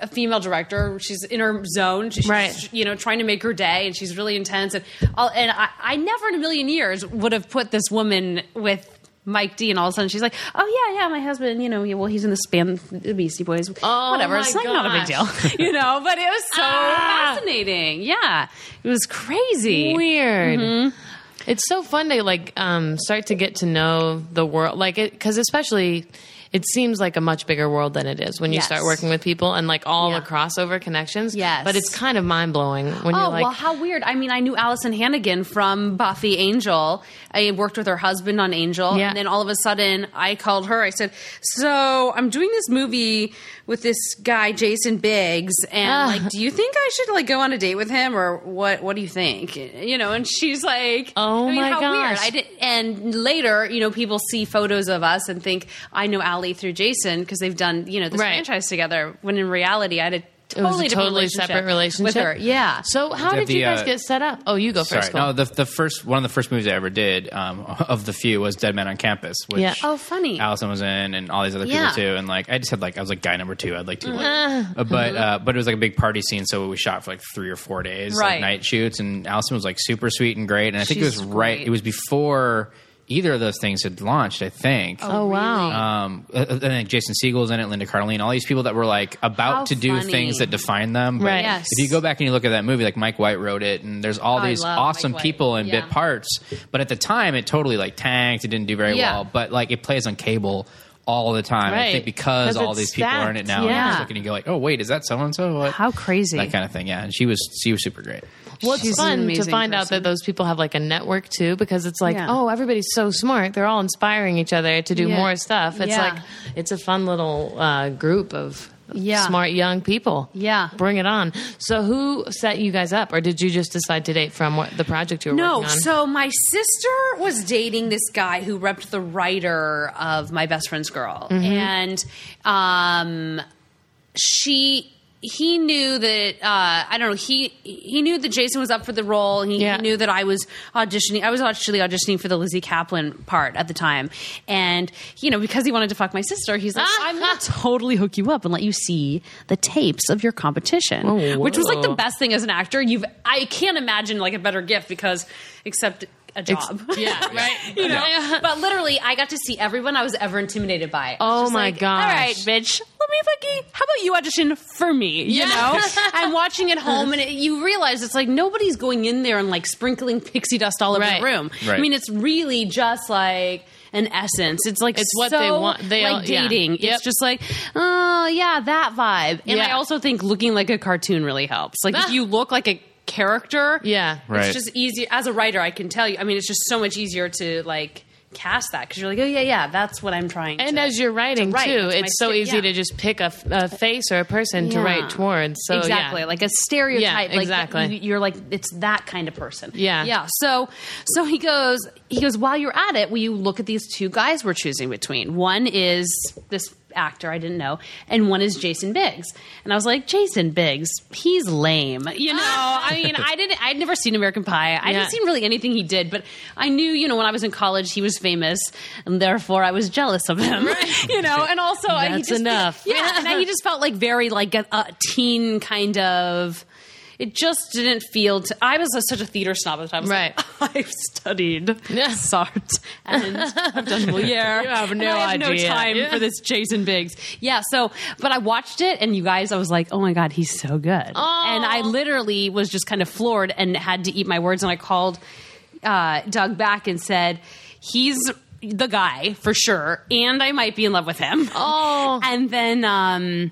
S4: a female director. She's in her zone, she's,
S5: Right.
S4: You know, trying to make her day, and she's really intense. And all, and I, I never in a million years would have put this woman with. Mike D, and all of a sudden she's like, "Oh yeah, yeah, my husband. You know, yeah, well, he's in the Spam the Beastie Boys.
S5: Oh,
S4: whatever.
S5: my
S4: it's like not a big
S5: gosh.
S4: deal, you know. But it was so
S5: Ah.
S4: fascinating. Yeah, it was crazy.
S5: Weird. It's so fun to like um, start to get to know the world, like it because especially it seems like a much bigger world than it is when you
S4: Yes.
S5: start working with people and like all
S4: Yeah.
S5: the crossover connections.
S4: Yes.
S5: but it's kind of mind blowing when
S4: Oh
S5: you're like,
S4: well, how weird! I mean, I knew Allison Hannigan from Buffy Angel. I worked with her husband on Angel,
S5: Yeah.
S4: and then all of a sudden, I called her. I said, "So I'm doing this movie with this guy Jason Biggs, and
S5: Ah.
S4: like, do you think I should like go on a date with him, or what? What do you think? You know?" And she's like,
S5: Oh
S4: I mean,
S5: my
S4: how Weird.
S5: gosh.
S4: I did, and later, you know, people see photos of us and think I know Allie through Jason because they've done you know this
S5: Right.
S4: franchise together. When in reality, I had a
S5: it was
S4: totally
S5: a
S4: different
S5: totally separate relationship
S4: with her. Yeah.
S5: So how
S2: have
S5: did you
S2: the,
S5: guys
S2: uh,
S5: get set up? Oh, you go
S2: Sorry,
S5: first.
S2: no, the the first one of the first movies I ever did um, of the few was Dead Man on Campus, which
S5: Yeah.
S4: Oh, funny.
S2: Allison was in, and all these other
S4: Yeah. Mm-hmm.
S2: people too. And like, I just had like, I was like guy number two. I'd like to, like, Uh, but uh, but it was like a big party scene, so we shot for like three or four days,
S4: Right.
S2: like night shoots. And Allison was like super sweet and great. And I think it
S4: She's
S2: was right.
S4: great.
S2: It was before either of those things had launched. I think.
S5: oh wow.
S2: Um, uh, and then Jason Siegel's in it, Linda Carlene, all these people that were like about
S4: How
S2: to do
S4: funny.
S2: things that define them. But
S5: Right.
S4: Yes.
S2: if you go back and you look at that movie, like Mike White wrote it, and there's all
S4: I
S2: these
S4: love
S2: awesome
S4: Mike White.
S2: people in
S4: Yeah.
S2: bit parts. But at the time, it totally like tanked. It didn't do very
S4: Yeah.
S2: well. But like it plays on cable all the time. And I
S5: Right.
S2: think because
S5: 'Cause
S2: all
S5: it's
S2: these people are in it
S5: stacked,
S2: now, and you
S4: yeah.
S2: just look and you go like, oh wait, is that so and so?
S4: How crazy.
S2: That kind of thing. Yeah, and she was she was super great.
S5: Well, it's
S4: She's an
S5: fun to
S4: amazing
S5: find out that
S4: person.
S5: those people have like a network too, because it's like,
S4: Yeah.
S5: oh, everybody's so smart. They're all inspiring each other to do
S4: Yeah.
S5: more stuff. It's
S4: Yeah.
S5: like, it's a fun little uh, group of
S4: Yeah.
S5: smart young people.
S4: Yeah.
S5: Bring it on. So, who set you guys up, or did you just decide to date from what the project you were
S4: No,
S5: working on?
S4: so my sister was dating this guy who repped the writer of my best friend's girl,
S5: Mm-hmm.
S4: and um, she he knew that uh, I don't know he he knew that Jason was up for the role. He, he
S5: Yeah.
S4: knew that I was auditioning. I was actually auditioning for the Lizzie Kaplan part at the time, and you know because he wanted to fuck my sister, he's like,
S5: Ah,
S4: "I'm
S5: ah.
S4: gonna totally hook you up and let you see the tapes of your competition," which was like the
S5: Oh, whoa.
S4: best thing as an actor. You've I can't imagine like a better gift because except a job.
S5: yeah, right.
S4: You know, but literally, I got to see everyone I was ever intimidated by. I was
S5: Oh
S4: just
S5: my
S4: like,
S5: gosh.
S4: All right, bitch, let me fucking. How about you audition for me? You know, I'm watching at home, and it, you realize it's like nobody's going in there and like sprinkling pixie dust all over
S5: Right.
S4: the room.
S2: Right.
S4: I mean, it's really just like an essence. It's like
S5: It's what
S4: so,
S5: they want- they all-
S4: like
S5: yeah.
S4: dating.
S5: Yep.
S4: It's just like oh yeah, that vibe. And I
S5: Yeah.
S4: also think looking like a cartoon really helps. Like
S5: Ah.
S4: if you look like a character,
S5: Yeah.
S2: Right.
S4: it's just easier as a writer. I can tell you. I mean, it's just so much easier to like cast that because you're like, oh yeah, yeah, that's what I'm trying.
S5: And
S4: to-
S5: as you're writing
S4: to write.
S5: too,
S4: It's
S5: it's,
S4: my
S5: so
S4: sti-
S5: easy
S4: yeah.
S5: to just pick a, f- a face or a person to
S4: Yeah.
S5: write towards. So yeah.
S4: exactly like a stereotype.
S5: Yeah,
S4: like
S5: exactly.
S4: you- You're like it's that kind of person.
S5: Yeah.
S4: yeah. So so he goes he goes while you're at it, will you look at these two guys we're choosing between? One is this actor I didn't know, and one is Jason Biggs. And I was like, Jason Biggs, he's lame. You know, I mean, I didn't. I'd never seen American Pie. I
S5: Yeah.
S4: didn't see really anything he did, but I knew you know when I was in college he was famous, and therefore I was jealous of him. You know, and also I he
S5: That's
S4: just,
S5: enough.
S4: Yeah, and I, he just felt like very like a, a teen kind of. It just didn't feel. To, I was a, such a theater snob at the time. I was like, I've studied
S5: Yeah.
S4: Sartre and I've done Molière.
S5: You have
S4: and
S5: no
S4: I have
S5: idea.
S4: no time
S5: Yeah.
S4: for this Jason Biggs. Yeah. So, but I watched it, and you guys, I was like, oh my god, he's so good. And I literally was just kind of floored and had to eat my words. And I called uh, Doug back and said, he's the guy for sure, and I might be in love with him.
S5: Oh.
S4: and then. um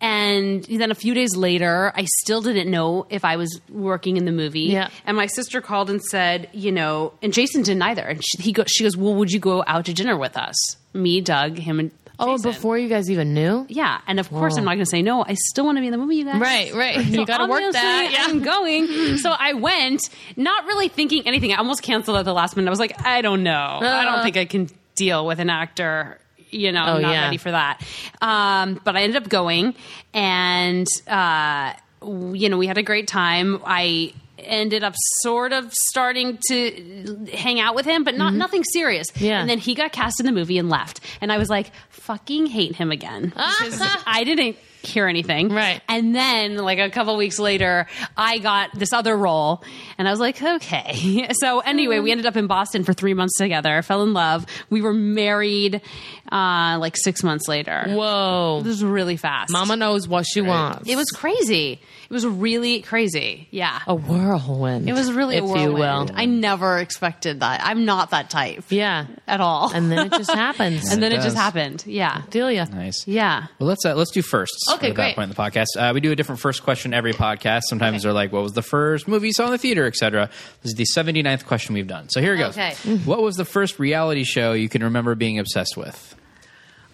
S4: and then a few days later, I still didn't know if I was working in the movie.
S5: Yeah.
S4: And my sister called and said, you know, and Jason didn't either. And she, he go, she goes, well, would you go out to dinner with us? Me, Doug, him, and
S5: Oh,
S4: Jason.
S5: before you guys even knew.
S4: Yeah. And of course, I'm not going to say no. I still want to be in the movie, you guys.
S5: Right, right. You got to work
S4: Obviously,
S5: that. Yeah.
S4: I'm going. So I went, not really thinking anything. I almost canceled at the last minute. I was like, I don't know. I don't think I can deal with an actor. You know,
S5: Uh. Oh,
S4: I'm not
S5: yeah.
S4: ready for that. Um, but I ended up going, and uh, w- you know, we had a great time. I ended up sort of starting to hang out with him, but not nothing serious.
S5: Mm-hmm. Yeah.
S4: And then he got cast in the movie and left, and I was like, fucking hate him again. Because I didn't hear anything.
S5: Right.
S4: And then, like a couple weeks later, I got this other role, and I was like, okay. So anyway,
S5: Mm-hmm.
S4: we ended up in Boston for three months together. Fell in love. We were married, uh, like six months later.
S5: Whoa.
S4: This was really fast.
S5: Mama knows what she wants.
S4: it was crazy. It was really crazy. Yeah.
S5: a whirlwind.
S4: It was really
S5: Oh, if
S4: a whirlwind.
S5: you will.
S4: I never expected that. I'm not that type
S5: Yeah.
S4: at all.
S5: And then it just happens.
S4: And then it,
S2: does.
S4: just happened. Yeah.
S5: Delia.
S2: Nice.
S4: Yeah.
S2: Well, let's uh, let's do firsts.
S5: Okay,
S2: at
S5: great.
S2: That point in the podcast, uh, we do a different first question every podcast. Sometimes they're like, "What was the first movie you saw in the theater?" Etc. This is the 79th question we've done. So here it goes.
S4: Okay.
S2: What was the first reality show you can remember being obsessed with?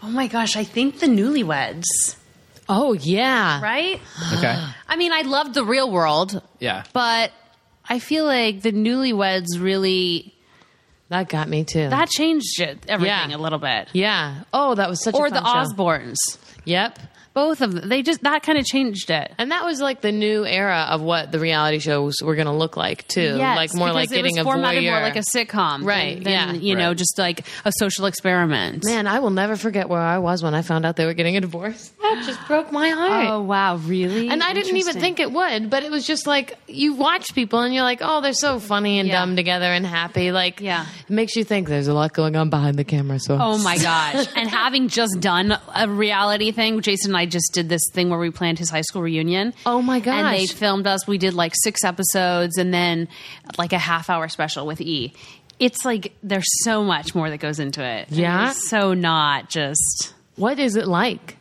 S4: Oh my gosh, I think the newlyweds,
S5: Oh yeah.
S4: right?
S2: Okay.
S4: I mean, I loved the real world,
S2: yeah.
S4: but I feel like the newlyweds really
S5: That got me too.
S4: that changed it, everything
S5: Yeah.
S4: a little bit.
S5: yeah. Oh, that was such
S4: Or
S5: a
S4: the
S5: fun show.
S4: Osbournes.
S5: Yep.
S4: Both of them. They just that kind of changed it.
S5: And that was like the new era of what the reality shows were going to look like too.
S4: Yes,
S5: like more like
S4: because
S5: getting
S4: it was
S5: a
S4: formatted
S5: voyeur.
S4: more like a sitcom, than-
S5: Right,
S4: than,
S5: yeah.
S4: you know,
S2: Right.
S4: just like a social experiment.
S5: Man, I will never forget where I was when I found out they were getting a divorce. That just broke my heart.
S4: Oh wow, really?
S5: and I didn't even
S4: Interesting.
S5: think it would, but it was just like you watch people and you're like, oh, they're so funny and
S4: Yeah.
S5: dumb together and happy. Like,
S4: Yeah.
S5: it makes you think there's a lot going on behind the camera. So,
S4: Oh my gosh. and having just done a reality thing, Jason and I just did this thing where we planned his high school reunion.
S5: Oh my
S4: And they
S5: gosh.
S4: filmed us. We did like six episodes and then like a half hour special with E. It's like there's so much more that goes into it.
S5: Yeah?
S4: It's so not just
S5: what is it like?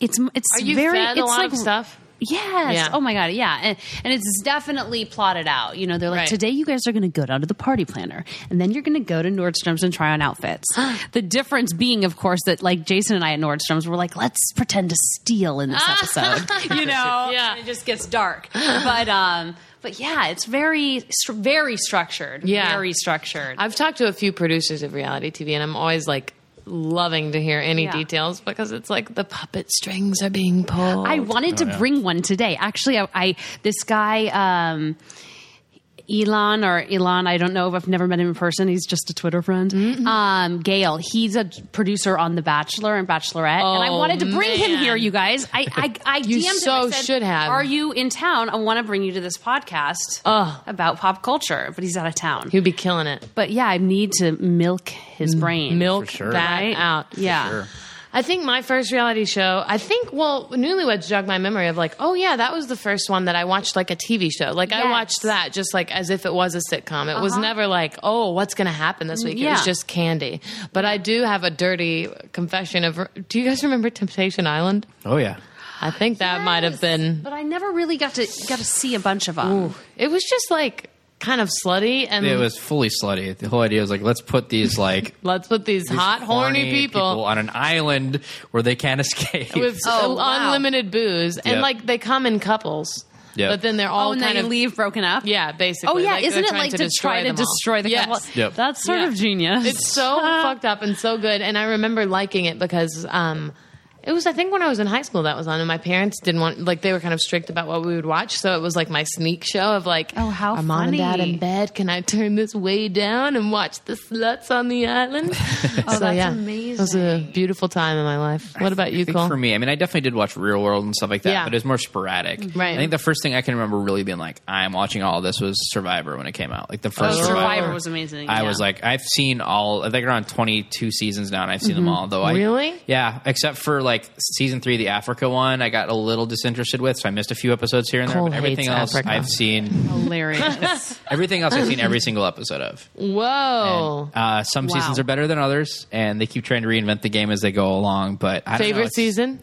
S4: it's it's
S5: Are you
S4: very
S5: fed
S4: it's
S5: a lot
S4: like
S5: of stuff?
S4: Yes.
S5: Yeah.
S4: Oh my god. Yeah. And, and it's definitely plotted out. You know, they're like,
S5: Right.
S4: today you guys are going to go down to the party planner, and then you're going to go to Nordstrom's and try on outfits. the difference being, of course, that like Jason and I at Nordstrom's were like, let's pretend to steal in this episode. you know.
S5: Yeah.
S4: And it just gets dark. but um. But yeah, it's very stru- very structured.
S5: Yeah.
S4: Very structured.
S5: I've talked to a few producers of reality TV, and I'm always like loving to hear any
S4: Yeah.
S5: details because it's like the puppet strings are being pulled.
S4: I wanted to bring one today. Actually, I, I this guy. Um, Elon or Elon, I don't know. I've never met him in person. He's just a Twitter friend.
S5: Mm-hmm.
S4: Um, Gail, he's a producer on The Bachelor and Bachelorette, and I
S5: Oh,
S4: wanted to bring him
S5: man.
S4: here. You guys, I, I, I
S5: You
S4: DM'd him. I
S5: so
S4: said,
S5: should have.
S4: Are you in town? I want to bring you to this podcast
S5: Ugh.
S4: about pop culture, but he's out of town.
S5: You'd be killing it.
S4: But yeah, I need to milk his brain.
S5: Milk
S2: sure.
S5: that
S4: right?
S5: out.
S4: Yeah.
S5: I think my first reality show, I think, well, Newlyweds jogged my memory of like, oh yeah, that was the first one that I watched like a TV show. Like I
S4: Yes. Uh-huh.
S5: watched that just like as if it was a sitcom. It was never like, oh, what's going to happen this week? It
S4: Yeah.
S5: was just candy. But I do have a dirty confession of, do you guys remember Temptation Island?
S2: Oh yeah.
S5: I think that might have been,
S4: But I never really got to got to see a bunch of them.
S5: it was just like kind of slutty and
S2: It was fully slutty. The whole idea was like, let's put these like
S5: let's put these,
S2: these
S5: hot horny, people,
S2: on an island where they can't escape.
S5: with
S4: Oh, wow.
S5: unlimited booze and
S2: Yep.
S5: like they come in couples.
S2: Yep.
S5: But then they're all
S4: Oh, and
S5: kind
S4: then you
S5: of
S4: leave broken up.
S5: yeah, basically.
S4: Oh yeah,
S5: Like,
S4: isn't
S5: they're
S4: it
S5: trying
S4: like to, try to
S5: them all.
S4: destroy the
S5: Yes.
S4: couple?
S2: Yep.
S6: That's sort
S5: Yeah.
S6: of genius.
S5: It's so fucked up and so good. And I remember liking it because um, it was, I think, when I was in high school that was on, and my parents didn't want, like, they were kind of strict about what we would watch. So it was like my sneak show of, like,
S6: Oh, how
S5: are mom and dad
S6: funny.
S5: in bed? Can I turn this way down and watch the sluts on the island? oh, so,
S4: that's
S5: yeah, It was a
S4: amazing.
S5: beautiful time in my life. What about you,
S2: I think
S5: Cole?
S2: for me, I mean, I definitely did watch Real World and stuff like that,
S5: Yeah. Mm-hmm.
S2: but it was more sporadic.
S5: Right.
S2: I think the first thing I can remember really being like, I'm watching all this was Survivor when it came out. Like the first
S5: Oh,
S2: Survivor.
S4: Survivor was amazing.
S2: I
S4: yeah.
S2: was like, I've seen all. I think around 22 seasons now, and I've seen them all. Though, I,
S5: Mm-hmm. Really?
S2: yeah, except for like season three, the Africa one, I got a little disinterested with, so I missed a few episodes here and
S5: Cole
S2: there. But everything
S5: hates
S2: else,
S5: Africa.
S2: I've seen.
S6: hilarious.
S2: Everything else, I've seen every single episode of.
S5: Whoa.
S2: And, uh, some
S6: Wow.
S2: seasons are better than others, and they keep trying to reinvent the game as they go along. But I don't know,
S5: Favorite
S2: it's-
S5: season?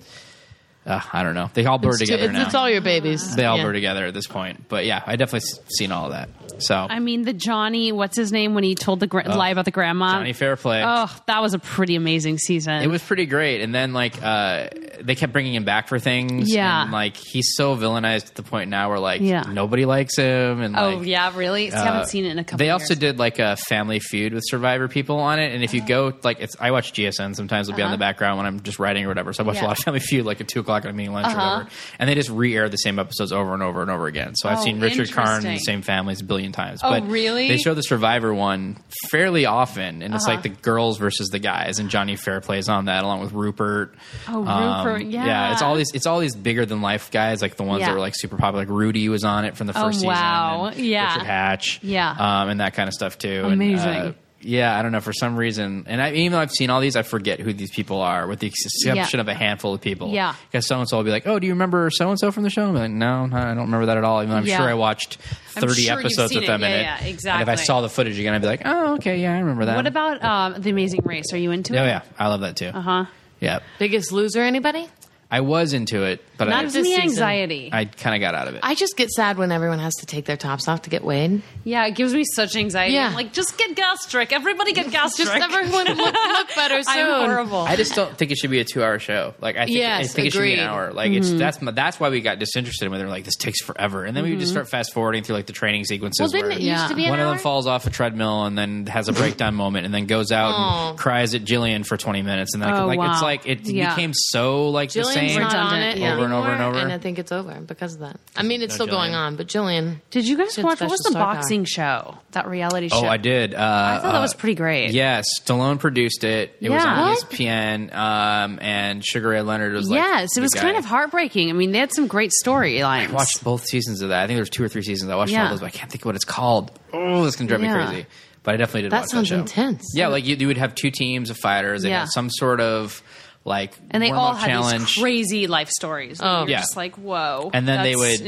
S2: Uh, I don't know. They all blur
S5: It's,
S2: together
S5: it's,
S2: now.
S5: it's all your babies.
S2: they all
S5: Yeah.
S2: blur together at this point. But yeah, I definitely s- seen all of that. So
S6: I mean, the Johnny, what's his name when he told the gra- lie about the grandma?
S2: Oh, Johnny Fairplay.
S6: Oh, that was a pretty amazing season.
S2: It was pretty great, and then like uh, they kept bringing him back for things.
S6: Yeah.
S2: and, like he's so villainized to the point now where like
S6: Yeah.
S2: nobody likes him. And
S4: oh
S2: like,
S4: yeah, really? See, I
S2: uh,
S4: haven't seen it in a couple.
S2: They also
S4: years.
S2: did like a Family Feud with Survivor people on it, and if you
S4: Oh.
S2: go like it's, I watch GSN sometimes it'll be on the background when I'm just writing or whatever. So I watch
S4: Uh-huh. Yeah. Uh-huh.
S2: a lot of Family Feud like at two o'clock at a meeting lunch or whatever, and they just re-air the same episodes over and over and over again. So I've
S4: Oh,
S2: seen Richard Karn and the
S4: interesting.
S2: same families a billion times.
S4: Oh,
S2: but
S4: really? Uh-huh.
S2: They show the Survivor one fairly often, and it's like the girls versus the guys, and Johnny Fairplay's on that along with Rupert. Um,
S6: Oh, Rupert,
S2: yeah.
S6: yeah.
S2: It's all these. It's all these bigger than life guys, like the ones
S6: Yeah.
S2: that were like super popular. Like Rudy was on it from the
S6: Oh,
S2: first season.
S6: wow.
S2: and
S6: Yeah.
S2: Richard Hatch,
S6: Yeah.
S2: um, and that kind of stuff too. And,
S6: Amazing.
S2: uh, yeah, I don't know for some reason, and I, even though I've seen all these, I forget who these people are, with the exception
S6: Yeah.
S2: of a handful of people.
S6: Yeah.
S2: because so and so will be like, "Oh, do you remember so and so from the show?" I'm like, "No, I don't remember that at all." Even though I'm
S6: Yeah.
S2: sure I watched
S4: I'm
S2: 30
S4: sure you've
S2: episodes
S4: seen
S2: with them
S4: it.
S2: in
S4: Yeah,
S2: it.
S4: yeah,
S2: And if I
S4: exactly.
S2: saw the footage again, I'd be like, "Oh, okay, yeah, I remember that."
S6: what about
S4: uh,
S6: um, The Amazing Race? Are you into
S2: Oh
S6: it?
S2: yeah, I love that too.
S4: Uh-huh.
S2: Uh huh. Yeah,
S5: Biggest loser, anybody?
S2: I was into it, but
S6: Not
S2: I,
S6: gives
S5: this
S6: me
S5: season.
S6: anxiety.
S2: I kind of got out of it.
S5: I just get sad when everyone has to take their tops off to get weighed.
S4: Yeah, it gives me such anxiety.
S5: Yeah.
S4: I'm like, just get gastric. Everybody get gastric.
S5: Just everyone look, look better soon.
S4: I'm horrible.
S2: I just don't think it should be a two-hour show. Like I think, I
S5: Yes,
S2: think it should be
S5: agreed.
S2: an hour. Like
S6: Mm-hmm.
S2: it's that's my, that's why we got disinterested when they were like, "This takes forever," and then we would
S6: Mm-hmm.
S2: just start fast forwarding through like the training sequences.
S5: Well, didn't
S2: where
S5: it used to be an
S2: one of
S5: hour?
S2: them falls off a treadmill and then has a breakdown moment and then goes out
S5: Aw.
S2: and cries at Jillian for twenty minutes and then
S6: Oh,
S2: like
S6: wow.
S2: it's like it
S6: Yeah.
S2: became so like the
S5: Jillian's
S2: same.
S5: not on
S6: redundant,
S5: it
S6: yeah.
S2: Over and over and
S5: anymore,
S2: over.
S5: and I think it's over because of that. I mean, it's
S2: No,
S5: still going
S2: Jillian.
S5: on, but Jillian,
S6: Did you guys
S5: She had
S6: watch what was
S5: special
S6: the
S5: star power.
S6: boxing show? That reality show.
S2: Oh, I did. Uh,
S6: I thought that was pretty great.
S2: Yes, Stallone produced it. It was
S6: Yeah.
S2: on E
S6: What?
S2: ESPN, um, and Sugar Ray Leonard was like,
S6: yes, it
S2: the
S6: was kind
S2: guy.
S6: of heartbreaking. I mean, they had some great storylines.
S2: I watched both seasons of that. I think there's two or three seasons. I watched all
S6: Yeah.
S2: those, but I can't think of what it's called. Oh, this can drive me
S6: Yeah.
S2: crazy. But I definitely did
S5: That
S2: watch
S5: sounds
S2: that show.
S5: intense.
S2: Yeah, like you, you would have two teams of fighters. They
S6: Yeah.
S2: had some sort of like
S4: and they all
S2: warm-up
S4: had
S2: challenge.
S4: these crazy life stories.
S5: Oh.
S4: Oh, you're
S2: Yeah.
S4: just like, whoa.
S2: and then they
S4: that's
S2: would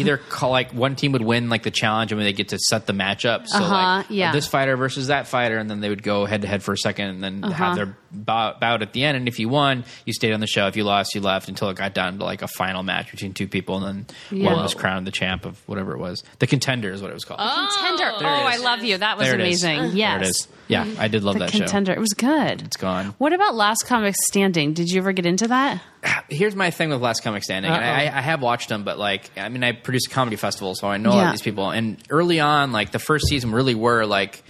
S2: either call like one team would win like the challenge and they get to set the matchup so
S6: Uh-huh,
S2: like uh,
S6: yeah.
S2: this fighter versus that fighter and then they would go head to head for a second and then have their bout, bout at the end and if you won you stayed on the show if you lost you left until it got down to like a final match between two people and then one
S6: Yeah.
S2: was crowned the champ of whatever it was the contender is what it was called
S4: contender. Oh,
S2: it
S4: I
S2: is.
S4: love you. That was
S2: There it is.
S4: amazing.
S6: Yeah. Uh-huh.
S2: there it
S6: Yes.
S2: is yeah I did love
S6: the
S2: that
S6: contender. It was good. It's
S2: gone.
S6: What about Last Comic Standing? Did you ever get into that?
S2: show here's my thing with Last Comic Standing and I, I have watched them but like I mean I produce a comedy festival so I know a lot
S6: Yeah.
S2: of these people and early on like the first season really were like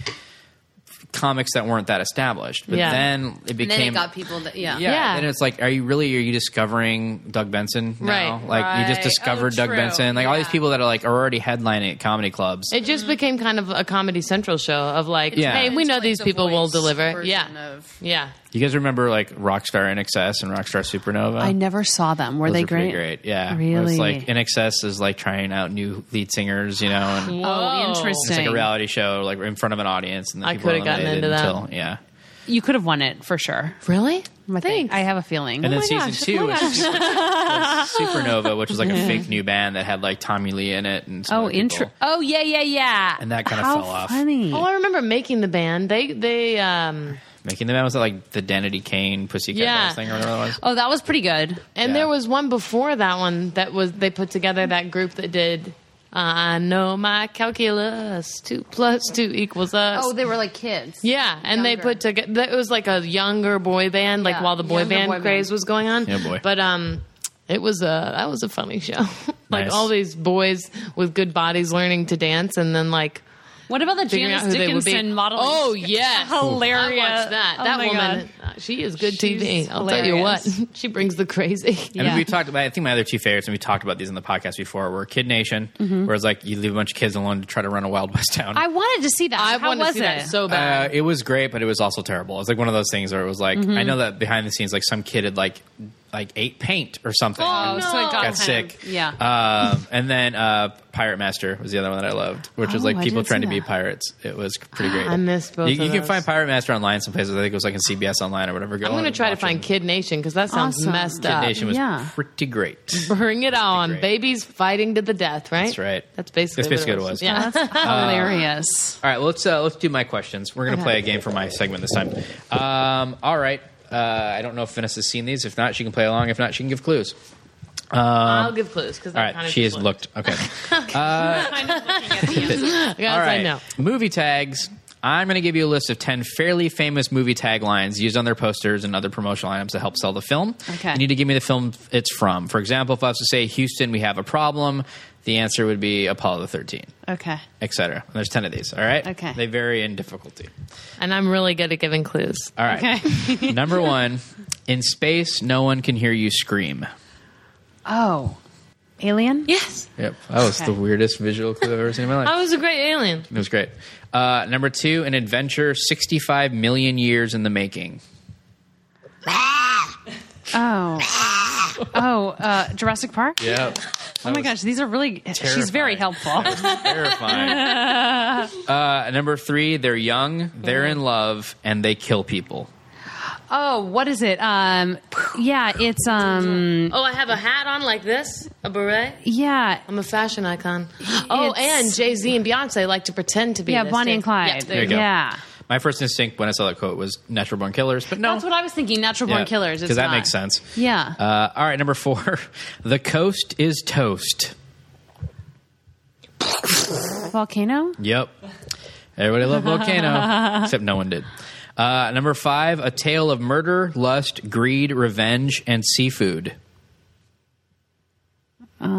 S2: comics that weren't that established. But
S5: Yeah.
S2: then it became
S4: And then it got people that, yeah.
S2: yeah,
S5: Yeah.
S2: And it's like, are you really are you discovering Doug Benson now?
S5: Right.
S2: Like you
S4: Right.
S2: just discovered
S4: Oh,
S2: Doug
S4: true.
S2: Benson. Like all these
S4: Yeah.
S2: people that are like are already headlining at comedy clubs.
S5: it just became kind of a Comedy Central show of like,
S2: Yeah.
S5: hey, we
S4: Mm-hmm. It's
S5: know
S4: like
S5: these
S4: the
S5: people will
S4: voice
S5: deliver.
S4: version
S5: Yeah,
S4: of-
S5: yeah.
S2: you guys remember like Rockstar NXS and Rockstar Supernova?
S6: I never saw them. Were
S2: Those
S6: they
S2: are pretty
S6: great?
S2: great. Yeah. Where
S6: Really?
S2: It's like NXS is like trying out new lead singers, you know, and
S5: Whoa.
S6: Oh, interesting.
S2: it's like a reality show, like in front of an audience. And then
S5: I
S2: people are
S5: coulda gotten
S2: eliminated
S5: into that.
S2: Until, yeah.
S6: Oh You could have won it for sure.
S5: Really?
S6: I think. I have a feeling.
S2: And then
S5: my
S2: season
S5: gosh.
S2: two
S5: Oh my
S2: was, was Supernova, which was like a fake new band that had like Tommy Lee in it. And some
S6: oh,
S2: other people.
S6: intro. Oh, yeah, yeah, yeah.
S2: And that kinda
S6: How
S2: fell off.
S6: Funny.
S5: Oh, I remember making the band. They they um
S2: Making the band was that like the Danity Kane Pussycat
S5: Yeah.
S2: Dolls thing or whatever it was.
S6: Oh, that was pretty good.
S5: and
S2: Yeah.
S5: there was one before that one that was they put together that group that did uh, I know my calculus. Two plus two equals us.
S3: Oh, they were like kids.
S5: Yeah, and they
S3: Younger.
S5: put together. It was like a younger boy band, like
S3: Yeah,
S5: while the boy
S3: younger
S5: band
S3: boy band.
S5: craze was going on.
S2: Yeah, boy.
S5: But um, it was a that was a funny show. like
S2: Nice.
S5: all these boys with good bodies learning to dance, and then like
S6: What about the
S5: figuring out
S6: Janice
S5: who they would be.
S6: Dickinson model?
S5: Oh yes,
S6: Hilarious.
S5: I watched that.
S6: Oh
S5: that
S6: my
S5: woman, uh, she is good TV.
S6: She's
S5: I'll tell you what,
S6: hilarious.
S5: she brings the crazy.
S2: I mean,
S6: Yeah.
S2: we talked about. I think my other two favorites, and we talked about these on the podcast before, were Kid Nation,
S6: Mm-hmm.
S2: where it's like you leave a bunch of kids alone to try to run a Wild West town.
S3: I wanted to see that.
S5: I
S3: How
S5: want to
S3: was
S5: see
S3: it?
S5: that so bad.
S2: uh, it was great, but it was also terrible. It was like one of those things where it was like
S5: Mm-hmm.
S2: I know that behind the scenes, like some kid had like like ate paint or something.
S5: Oh,
S2: and
S6: so it got kind
S2: got
S6: of-
S2: sick.
S6: yeah.
S2: Um, and then uh, Pirate Master was the other one that I loved, which was
S5: Oh,
S2: like
S5: I
S2: people
S5: didn't
S2: trying
S5: see
S2: to be
S5: that.
S2: pirates. It was pretty great.
S5: I missed both
S2: You,
S5: of
S2: you can
S5: those.
S2: find Pirate Master online some places. I think it was like in CBS online or whatever. Go on
S5: I'm going to
S2: and
S5: try to
S2: watch
S5: find
S2: it.
S5: Kid Nation because that sounds
S6: Awesome.
S5: messed
S2: Kid
S5: up.
S2: Nation was
S6: Yeah.
S2: pretty great.
S5: Bring it on.
S2: great.
S5: Babies fighting to the death, right?
S2: That's right.
S5: That's basically,
S2: That's basically what it was.
S5: Yeah.
S2: Uh,
S6: hilarious.
S2: All right, let's uh, let's do my questions. We're gonna play a game for my segment this time. Um, all right. Uh, I don't know if Vanessa's seen these. If not, she can play along. If not, she can give clues.
S5: I'll give clues because
S2: Um, All right, she has looked. Okay.
S5: Guys,
S2: All right.
S5: I know.
S2: Movie tags. I'm going to give you a list of 10 fairly famous movie taglines used on their posters and other promotional items to help sell the film.
S6: Okay.
S2: You need to give me the film it's from. For example, if I was to say, Houston, we have a problem, the answer would be Apollo 13,
S6: Okay.
S2: etc. And there's 10 of these, all right?
S6: Okay.
S2: They vary in difficulty.
S5: And I'm really good at giving clues.
S2: All right. Number one, in space, no one can hear you scream.
S6: Oh. Alien?
S5: Yes.
S2: Yep. That was the weirdest visual clue I've ever seen in my life.
S5: I was a great alien.
S2: It was great. Uh, number two, an adventure 65 million years in the making.
S6: Oh. Oh, uh, Jurassic Park?
S2: Yeah.
S6: Oh my gosh, these are really. She's very helpful.
S2: Terrifying. uh, number three, they're young, they're in love, and they kill people.
S6: Oh, what is it? Um, yeah, it's um,
S5: Oh, I have a hat on like this, a beret.
S6: yeah,
S5: I'm a fashion icon. Oh,
S6: It's-
S5: and Jay Z and Beyonce like to pretend to be.
S6: yeah,
S5: this
S6: Bonnie
S5: too.
S6: and Clyde.
S5: Yeah,
S2: There you go.
S6: Yeah,
S2: My first instinct when I saw that quote was natural born killers, but no.
S6: that's what I was thinking. Natural born killers. It's
S2: Because that
S6: not.
S2: makes sense.
S6: Yeah.
S2: Uh, all right, number four, the coast is toast.
S6: Volcano.
S2: Yep. Everybody loved Volcano, except no one did. Uh, number five, a tale of murder, lust, greed, revenge, and seafood.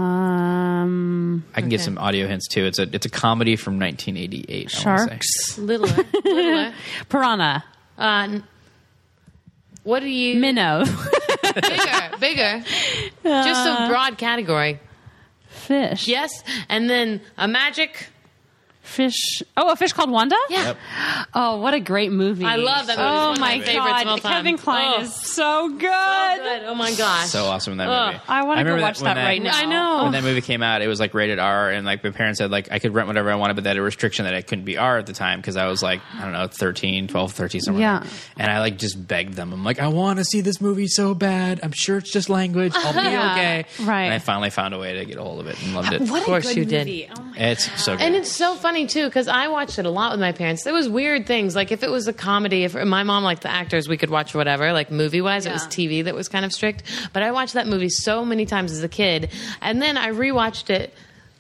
S6: Um,
S2: I can give some audio hints too. It's a it's a comedy from 1988. I wanna say.
S6: sharks.
S5: Littler. Littler.
S6: Piranha.
S5: Uh, n- what do you?
S6: Minnow.
S5: bigger, bigger. Just a broad category.
S6: Fish.
S5: Uh, Yes, and then a magic.
S6: Fish. Oh, a fish called Wanda.
S5: Yeah.
S6: Oh, what a great movie!
S5: I love that movie.
S6: Oh
S5: It's one of
S6: my
S5: my favorites of all
S6: god,
S5: time.
S6: Kevin Klein
S5: Oh.
S6: is so good.
S5: Oh, good. Oh my gosh.
S2: So awesome in that
S5: Ugh.
S2: movie.
S6: I want to go
S2: remember
S6: watch
S2: when
S6: that, right now.
S5: I know.
S2: When that movie came out, it was like rated R, and like my parents said, like I could rent whatever I wanted, but that had a restriction that it couldn't be R at the time because I was like I don't know 13, 12, 13, somewhere.
S6: Yeah.
S2: there. And I like just begged them. I'm like, I want to see this movie so bad. I'm sure it's just language. I'll be
S6: Yeah.
S2: okay.
S6: Right.
S2: And I finally found a way to get a hold of it and loved it.
S5: Of course you did.
S2: It's so good.
S5: And it's so funny too because I watched it a lot with my parents. There was weird things like if it was a comedy, if my mom liked the actors, we could watch whatever. Like movie wise, it was TV that was kind of strict. But I watched that movie so many times as a kid, and then I rewatched it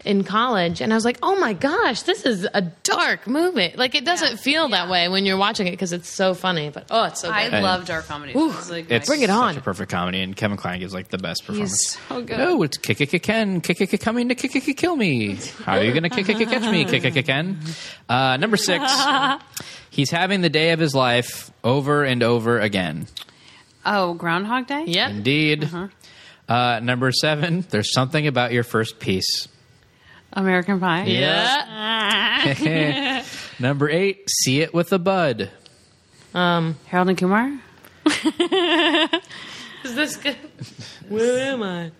S5: in college, and I was like, oh my gosh, this is a dark movie. Like it doesn't feel that way when you're watching it because it's so funny. But oh, it's so good.
S2: Hey.
S4: love dark comedy. It's like
S2: It's
S5: Bring it
S2: such
S5: on.
S2: a perfect comedy, and Kevin Klein gives like the best performance.
S6: so good.
S2: Oh, it's kick kick Ken, kick kick coming to kick kick kill me. How are you gonna kick kick catch me? Kick kick Ken. Uh, number six, he's having the day of his life over and over again.
S4: oh, Groundhog Day.
S5: Yep.
S2: Indeed. uh number seven, there's something about your first piece.
S4: American Pie.
S5: Yeah.
S2: Eh. number eight, see it with a bud.
S4: Harold and Kumar.
S5: Is this good? Where am I?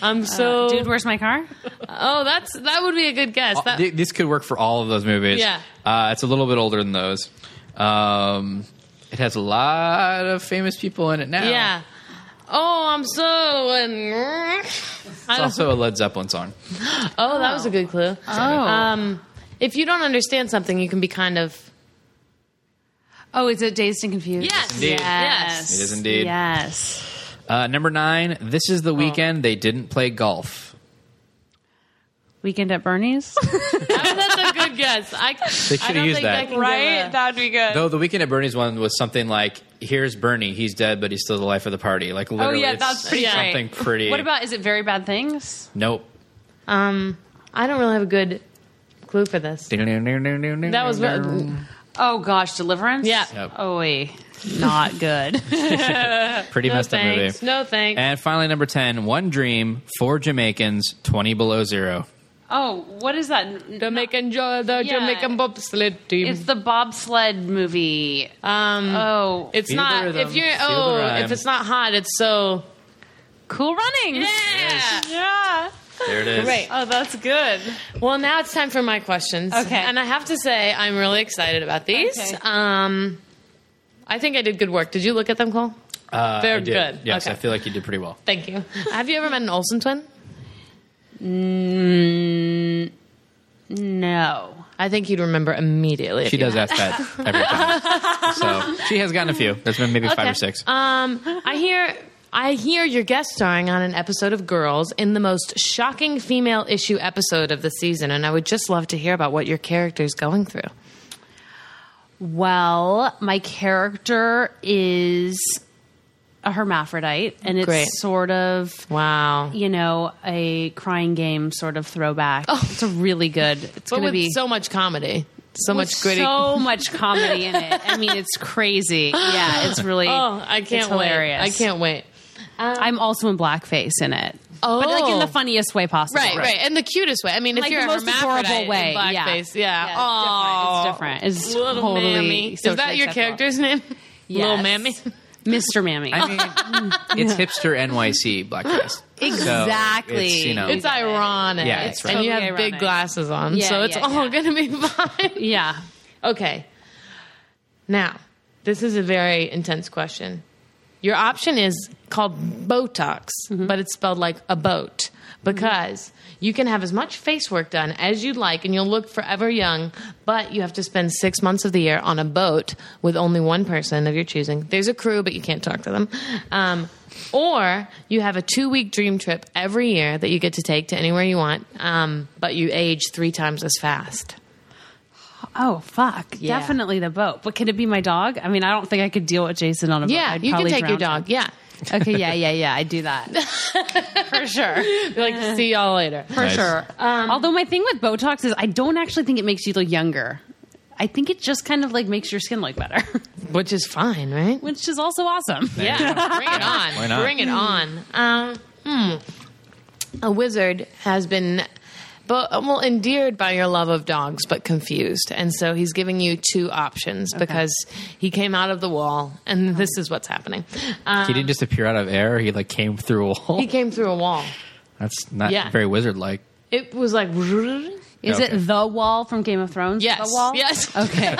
S5: I'm so.
S4: Dude, where's my car?
S5: oh, that's that would be a good guess. That,
S2: Th- this could work for all of those movies.
S5: Yeah.
S2: Uh, it's a little bit older than those. Um, it has a lot of famous people in it now.
S5: Yeah. Oh, I'm so. I
S2: It's
S5: don't-
S2: also a Led Zeppelin song.
S5: oh, that was a good clue.
S4: Oh,
S5: Um, if you don't understand something, you can be kind of.
S4: oh, is it Dazed and Confused?
S5: Yes.
S2: Indeed.
S5: Yes.
S2: It is indeed.
S4: Yes.
S5: Oh.
S2: Uh, number nine, this is the weekend they didn't play golf.
S4: Weekend at Bernie's.
S5: That's a good guess. I, they
S2: should've used that.
S5: Right?
S4: That would be good.
S2: Though the Weekend at Bernie's one was something like, "Here's Bernie, he's dead, but he's still the life of the party." Like
S5: Oh,
S2: literally,
S4: yeah,
S2: it's
S4: that's pretty
S5: great.
S2: something pretty.
S4: What about is it very bad things?
S2: Nope.
S5: Um,
S8: I don't really have a good clue for this.
S2: That
S5: that was
S4: Oh gosh, Deliverance.
S5: Yeah.
S2: Yep.
S4: Oh, wait. not good.
S2: pretty
S5: no
S2: messed up movie.
S5: thanks. No thanks.
S2: And finally, number ten, One Dream, Four Jamaicans, Twenty Below Zero.
S4: oh, what is that?
S5: Jamaican jo- the
S4: Yeah.
S5: Jamaican bobsled team.
S4: It's the bobsled movie.
S5: um,
S4: Oh,
S5: it's
S2: Feel the
S5: not
S2: rhythm,
S5: if you're
S2: feel the
S5: oh
S2: rhyme.
S5: if it's not hot, it's so
S4: Cool Runnings.
S5: yeah.
S4: Yeah.
S2: There it is.
S5: Great.
S4: Oh, that's good.
S5: Well, now it's time for my questions.
S4: Okay.
S5: And I have to say, I'm really excited about these.
S4: Okay.
S5: Um, I think I did good work. Did you look at them, Cole?
S2: Uh,
S5: They're
S2: I did.
S5: good.
S2: Yes,
S5: Okay.
S2: I feel like you did pretty well.
S5: Thank you. have you ever met an Olsen twin?
S4: No.
S5: I think you'd remember immediately. if
S2: She
S5: you
S2: does ask that every time. so she has gotten a few. There's been maybe five
S5: Okay.
S2: or six.
S5: Um, I hear. I hear you're guest starring on an episode of Girls in the most shocking female issue episode of the season, and I would just love to hear about what your character's going through.
S4: Well, my character is a hermaphrodite, and it's
S5: Great.
S4: sort of
S5: Wow.
S4: you know a crying game sort of throwback. It's a really good.
S5: But
S4: It's going to
S5: with
S4: be
S5: so much comedy, so
S4: with
S5: much gritty.
S4: so much comedy in it. I mean, it's crazy. Yeah, it's really.
S5: oh, I
S4: it's
S5: can't wait.
S4: hilarious.
S5: I can't wait.
S4: I'm also in blackface in it.
S5: Oh.
S4: but like in the funniest way possible.
S5: Right, right, and the cutest way. I mean,
S4: Like
S5: if you're
S4: the
S5: a
S4: most
S5: hermaphrodite
S4: adorable way.
S5: in blackface, yeah.
S4: Yeah.
S5: Oh,
S4: It's different. It's different. It's
S5: little
S4: totally
S5: mammy. Is
S4: socially
S5: that your
S4: acceptable.
S5: character's name?
S4: Yes.
S5: Little mammy.
S4: Mr. Mammy.
S2: I mean, it's hipster NYC blackface.
S4: Exactly. uh,
S2: it's, you know,
S5: It's ironic.
S2: Yeah, it's
S5: And you
S4: totally
S5: have big
S4: ironic.
S5: glasses on,
S4: Yeah,
S5: so it's
S4: yeah,
S5: all
S4: yeah.
S5: gonna be fine.
S4: yeah.
S5: okay. Now, this is a very intense question. Your option is called Botox, but it's spelled like a boat because you can have as much face work done as you'd like and you'll look forever young, but you have to spend six months of the year on a boat with only one person of your choosing. There's a crew, but you can't talk to them. Um, or you have a two week dream trip every year that you get to take to anywhere you want, um, but you age three times as fast.
S4: Oh fuck!
S5: Yeah.
S4: Definitely the boat. But could it be my dog? I mean, I don't think I could deal with Jason on a boat.
S5: Yeah,
S4: I'd
S5: you can
S4: probably
S5: take your
S4: drown
S5: dog. Yeah.
S4: him. okay, yeah, yeah, yeah. I do that for sure.
S5: like, see y'all later.
S4: For sure. Um, Although my thing with Botox is, I don't actually think it makes you look younger. I think it just kind of like makes your skin look better,
S5: Which is fine, right?
S4: which is also awesome.
S5: Yeah, bring it on.
S2: Why not?
S5: Bring it on. Um, hmm. A wizard has been, but well, endeared by your love of dogs, but confused, and so he's giving you two options because he came out of the wall, and this is what's happening. Um,
S2: he didn't just appear out of air. He like came through a wall.
S5: he came through a wall.
S2: That's not
S5: Yeah.
S2: very wizard like.
S5: It was like.
S4: Is
S2: Okay.
S4: it the wall from Game of Thrones?
S5: Yes.
S4: The wall?
S5: Yes.
S4: Okay.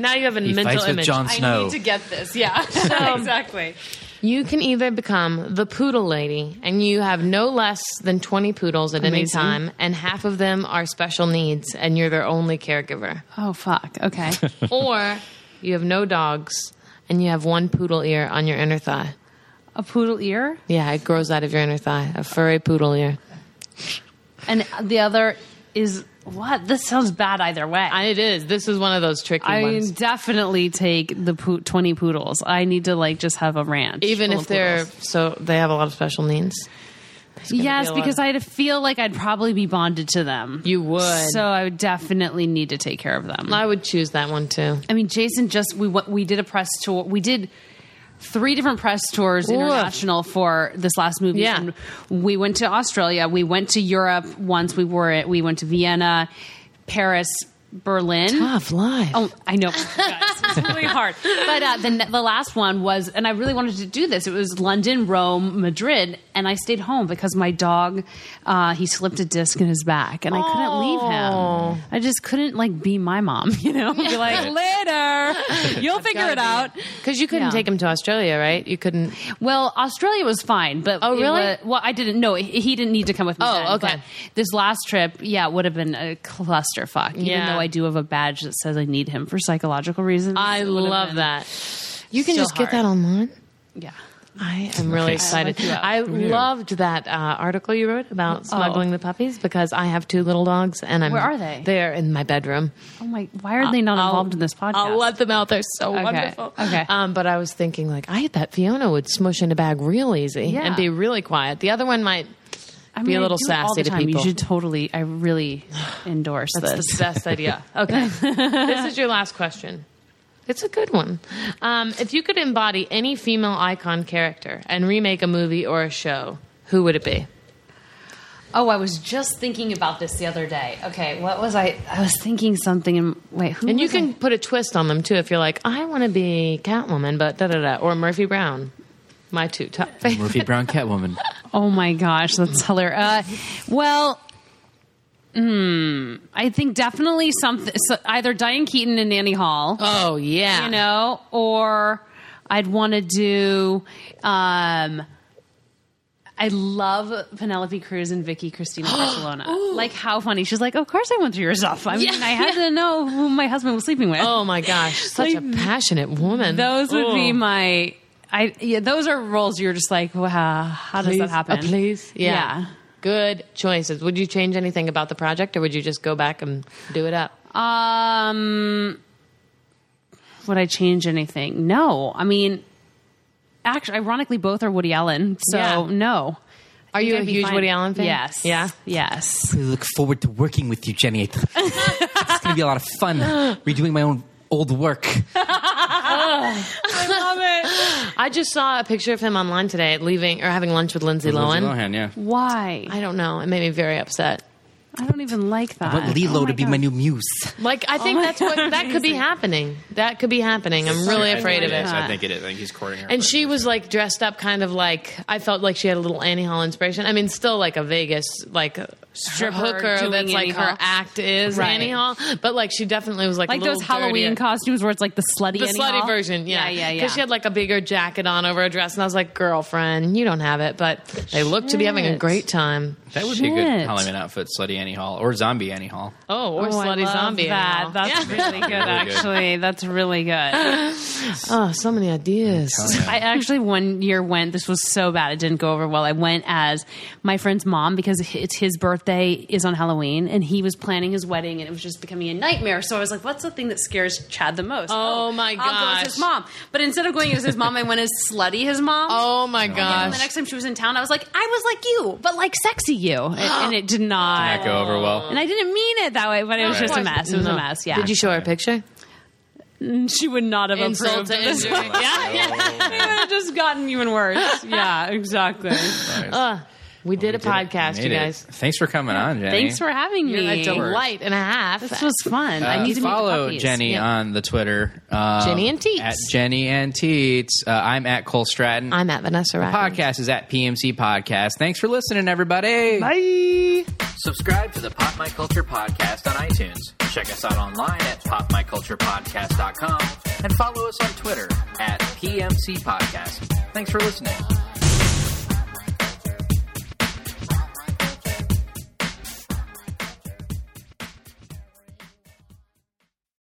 S5: Now you have a
S2: He
S5: mental
S2: fights
S5: image.
S2: with Jon Snow.
S4: get this. Yeah. exactly.
S5: Um, You can either become the poodle lady, and you have no less than 20 poodles at any
S4: Amazing.
S5: time, and half of them are special needs, and you're their only caregiver.
S4: Oh fuck. Okay.
S5: or you have no dogs, and you have one poodle ear on your inner thigh.
S4: A poodle ear
S5: Yeah, it grows out of your inner thigh, a furry poodle ear.
S4: and the other is what? This sounds bad either way.
S5: And it is. This is one of those tricky
S4: I
S5: ones.
S4: definitely take the poo- 20 poodles. I need to like just have a ranch.
S5: Even
S4: full
S5: if
S4: of
S5: they're
S4: poodles.
S5: so, they have a lot of special needs.
S4: Yes,
S5: be a lot
S4: because
S5: of-
S4: I'd feel like I'd probably be bonded to them.
S5: You would.
S4: So I would definitely need to take care of them.
S5: I would choose that one too.
S4: I mean, Jason just we went- we did a press tour. We did three different press tours international for this last movie.
S5: Yeah.
S4: And we went to Australia. We went to Europe once. We were at, we went to Vienna, Paris, Berlin.
S5: Tough life.
S4: Oh, I know. Guys, it's really hard. But uh, the, ne- the last one was, and I really wanted to do this. It was London, Rome, Madrid, and I stayed home because my dog, uh, he slipped a disc in his back, and I couldn't leave him. I just couldn't like be my mom, you know, be like later, you'll figure it out.
S5: Because you couldn't
S4: Yeah.
S5: take him to Australia, right? You couldn't.
S4: Well, Australia was fine, but
S5: Oh,
S4: it
S5: really?
S4: wa- well, I didn't know he didn't need to come with me.
S5: Oh,
S4: then,
S5: okay.
S4: but This last trip, yeah, would have been a clusterfuck. Even
S5: Yeah.
S4: though I do have a badge that says I need him for psychological reasons,
S5: I
S4: it would have
S5: love
S4: been-
S5: that. You can
S4: still
S5: just get
S4: hard.
S5: that online.
S4: Yeah.
S5: I am really excited.
S4: you up.
S5: I loved that uh, article you wrote about smuggling the puppies because I have two little dogs and I'm
S4: Where are they?
S5: They Oh. are in my bedroom.
S4: Oh my! Why are they not
S5: I'll-
S4: involved in this podcast?
S5: I'll let them out. They're so
S4: Okay.
S5: wonderful.
S4: Okay.
S5: Um, but I was thinking, like, I bet Fiona would smush in a bag real easy
S4: Yeah.
S5: and be really quiet. The other one might
S4: I
S5: be a
S4: mean, I
S5: little
S4: do it all
S5: sassy
S4: the
S5: to
S4: time.
S5: people.
S4: You should totally. I really endorse
S5: That's
S4: this.
S5: the best idea. Okay. this is your last question. It's a good one. Um, if you could embody any female icon character and remake a movie or a show, who would it be?
S4: Oh, I was just thinking about this the other day. Okay, what was I? I was thinking something. And wait, who?
S5: And you
S4: was
S5: can put a twist on them too if you're like, I want to be Catwoman, but da da da, or Murphy Brown. My two top favorites.
S9: Murphy Brown Catwoman.
S4: I? Oh my gosh, that's hilarious. Uh, well, hmm, I think definitely something. So either Diane Keaton and Annie Hall.
S5: Oh yeah,
S4: you know, or I'd want to do. Um, I love Penelope Cruz and Vicky Cristina Barcelona. like how funny she's like. Of course, I went through your stuff. I mean, I had to know who my husband was sleeping with.
S5: Oh my gosh, such a passionate woman.
S4: those would be
S5: Ooh.
S4: my. I yeah, those are roles you're just like, wow, how
S5: Please,
S4: does that happen?
S5: a please, yeah.
S4: Uh, Yeah.
S5: Good choices. Would you change anything about the project, or would you just go back and do it up?
S4: Um, would I change anything? No. I mean, actually, ironically, both are Woody Allen, so
S5: Yeah.
S4: no.
S5: Are you
S4: I'd
S5: a
S4: be
S5: huge
S4: fine.
S5: Woody Allen fan?
S4: Yes.
S5: Yeah.
S4: Yes.
S9: I look forward to working with you, Jenny. It's going to be a lot of fun redoing my own old work.
S5: I just saw a picture of him online today, leaving or having lunch with Lindsay Lohan.
S9: yeah.
S4: Why?
S5: I don't know. It made me very upset.
S4: I don't even like that. Oh
S9: I want Lilo to be my new muse.
S5: Like I think that's what that could be happening. That could be happening. I'm really afraid of it.
S2: I think it is. I think he's courting her.
S5: And she was like dressed up, kind of like I felt like she had a little Annie Hall inspiration. I mean, still like a Vegas like strip
S4: Her
S5: hooker
S4: doing
S5: that's like
S4: Annie
S5: her
S4: Hall.
S5: act is
S4: Right.
S5: Annie Hall, but like she definitely was like
S4: like
S5: a
S4: those
S5: little
S4: Halloween
S5: dirtier.
S4: costumes where it's like the slutty,
S5: The
S4: anyhow.
S5: slutty version, yeah,
S4: yeah, yeah.
S5: Because she had like a bigger jacket on over a dress, and I was like, "Girlfriend, you don't have it." But they look to be having a
S4: Shit.
S5: great time.
S2: that would be a good
S4: Shit.
S2: Halloween outfit, Slutty Annie Hall or Zombie Annie Hall.
S5: Oh, or
S4: Oh, I
S5: slutty
S4: love
S5: zombie.
S4: That.
S5: Annie Hall.
S4: That's really good.
S2: good.
S4: Actually, that's really good.
S5: Oh, so many ideas.
S4: I actually one year went. This was so bad; it didn't go over well. I went as my friend's mom because it's his birthday is on Halloween, and he was planning his wedding, and it was just becoming a nightmare. So I was like, "What's the thing that scares Chad the most?"
S5: Oh, my
S4: I'll go as
S5: gosh.
S4: his mom. But instead of going as his mom, I went as slutty his mom.
S5: Oh my
S4: And the
S5: gosh.
S4: next time she was in town, I was like, "I was like you, but like sexy you," and, and it did not.
S2: That go over well.
S4: and I didn't mean it that way, but it was just a mess. It was a
S5: No.
S4: mess. Yeah,
S5: Did you show her a picture?
S4: she would not have
S5: Insult
S4: improved.
S5: to injury. yeah, yeah.
S4: It would have just gotten even worse. Yeah, exactly.
S5: We did a podcast,
S2: Made
S5: you
S2: it.
S5: guys.
S2: Thanks for coming on, Jenny.
S4: Thanks for having
S5: You're
S4: me.
S5: a delight and a half.
S4: This was fun. I
S2: Uh,
S4: need to meet the
S2: follow
S4: puppies.
S2: Jenny
S4: Yeah.
S2: on the Twitter. um,
S5: Jenny and Teets.
S2: At Jenny and Teets. Uh, I'm at Cole Stratton.
S5: I'm at Vanessa Rackman.
S2: podcast is at PMC Podcast. Thanks for listening, everybody.
S10: Subscribe to the Pop My Culture Podcast on iTunes. Check us out online at popmyculturepodcast.com and follow us on Twitter at PMC Podcast. Thanks for listening.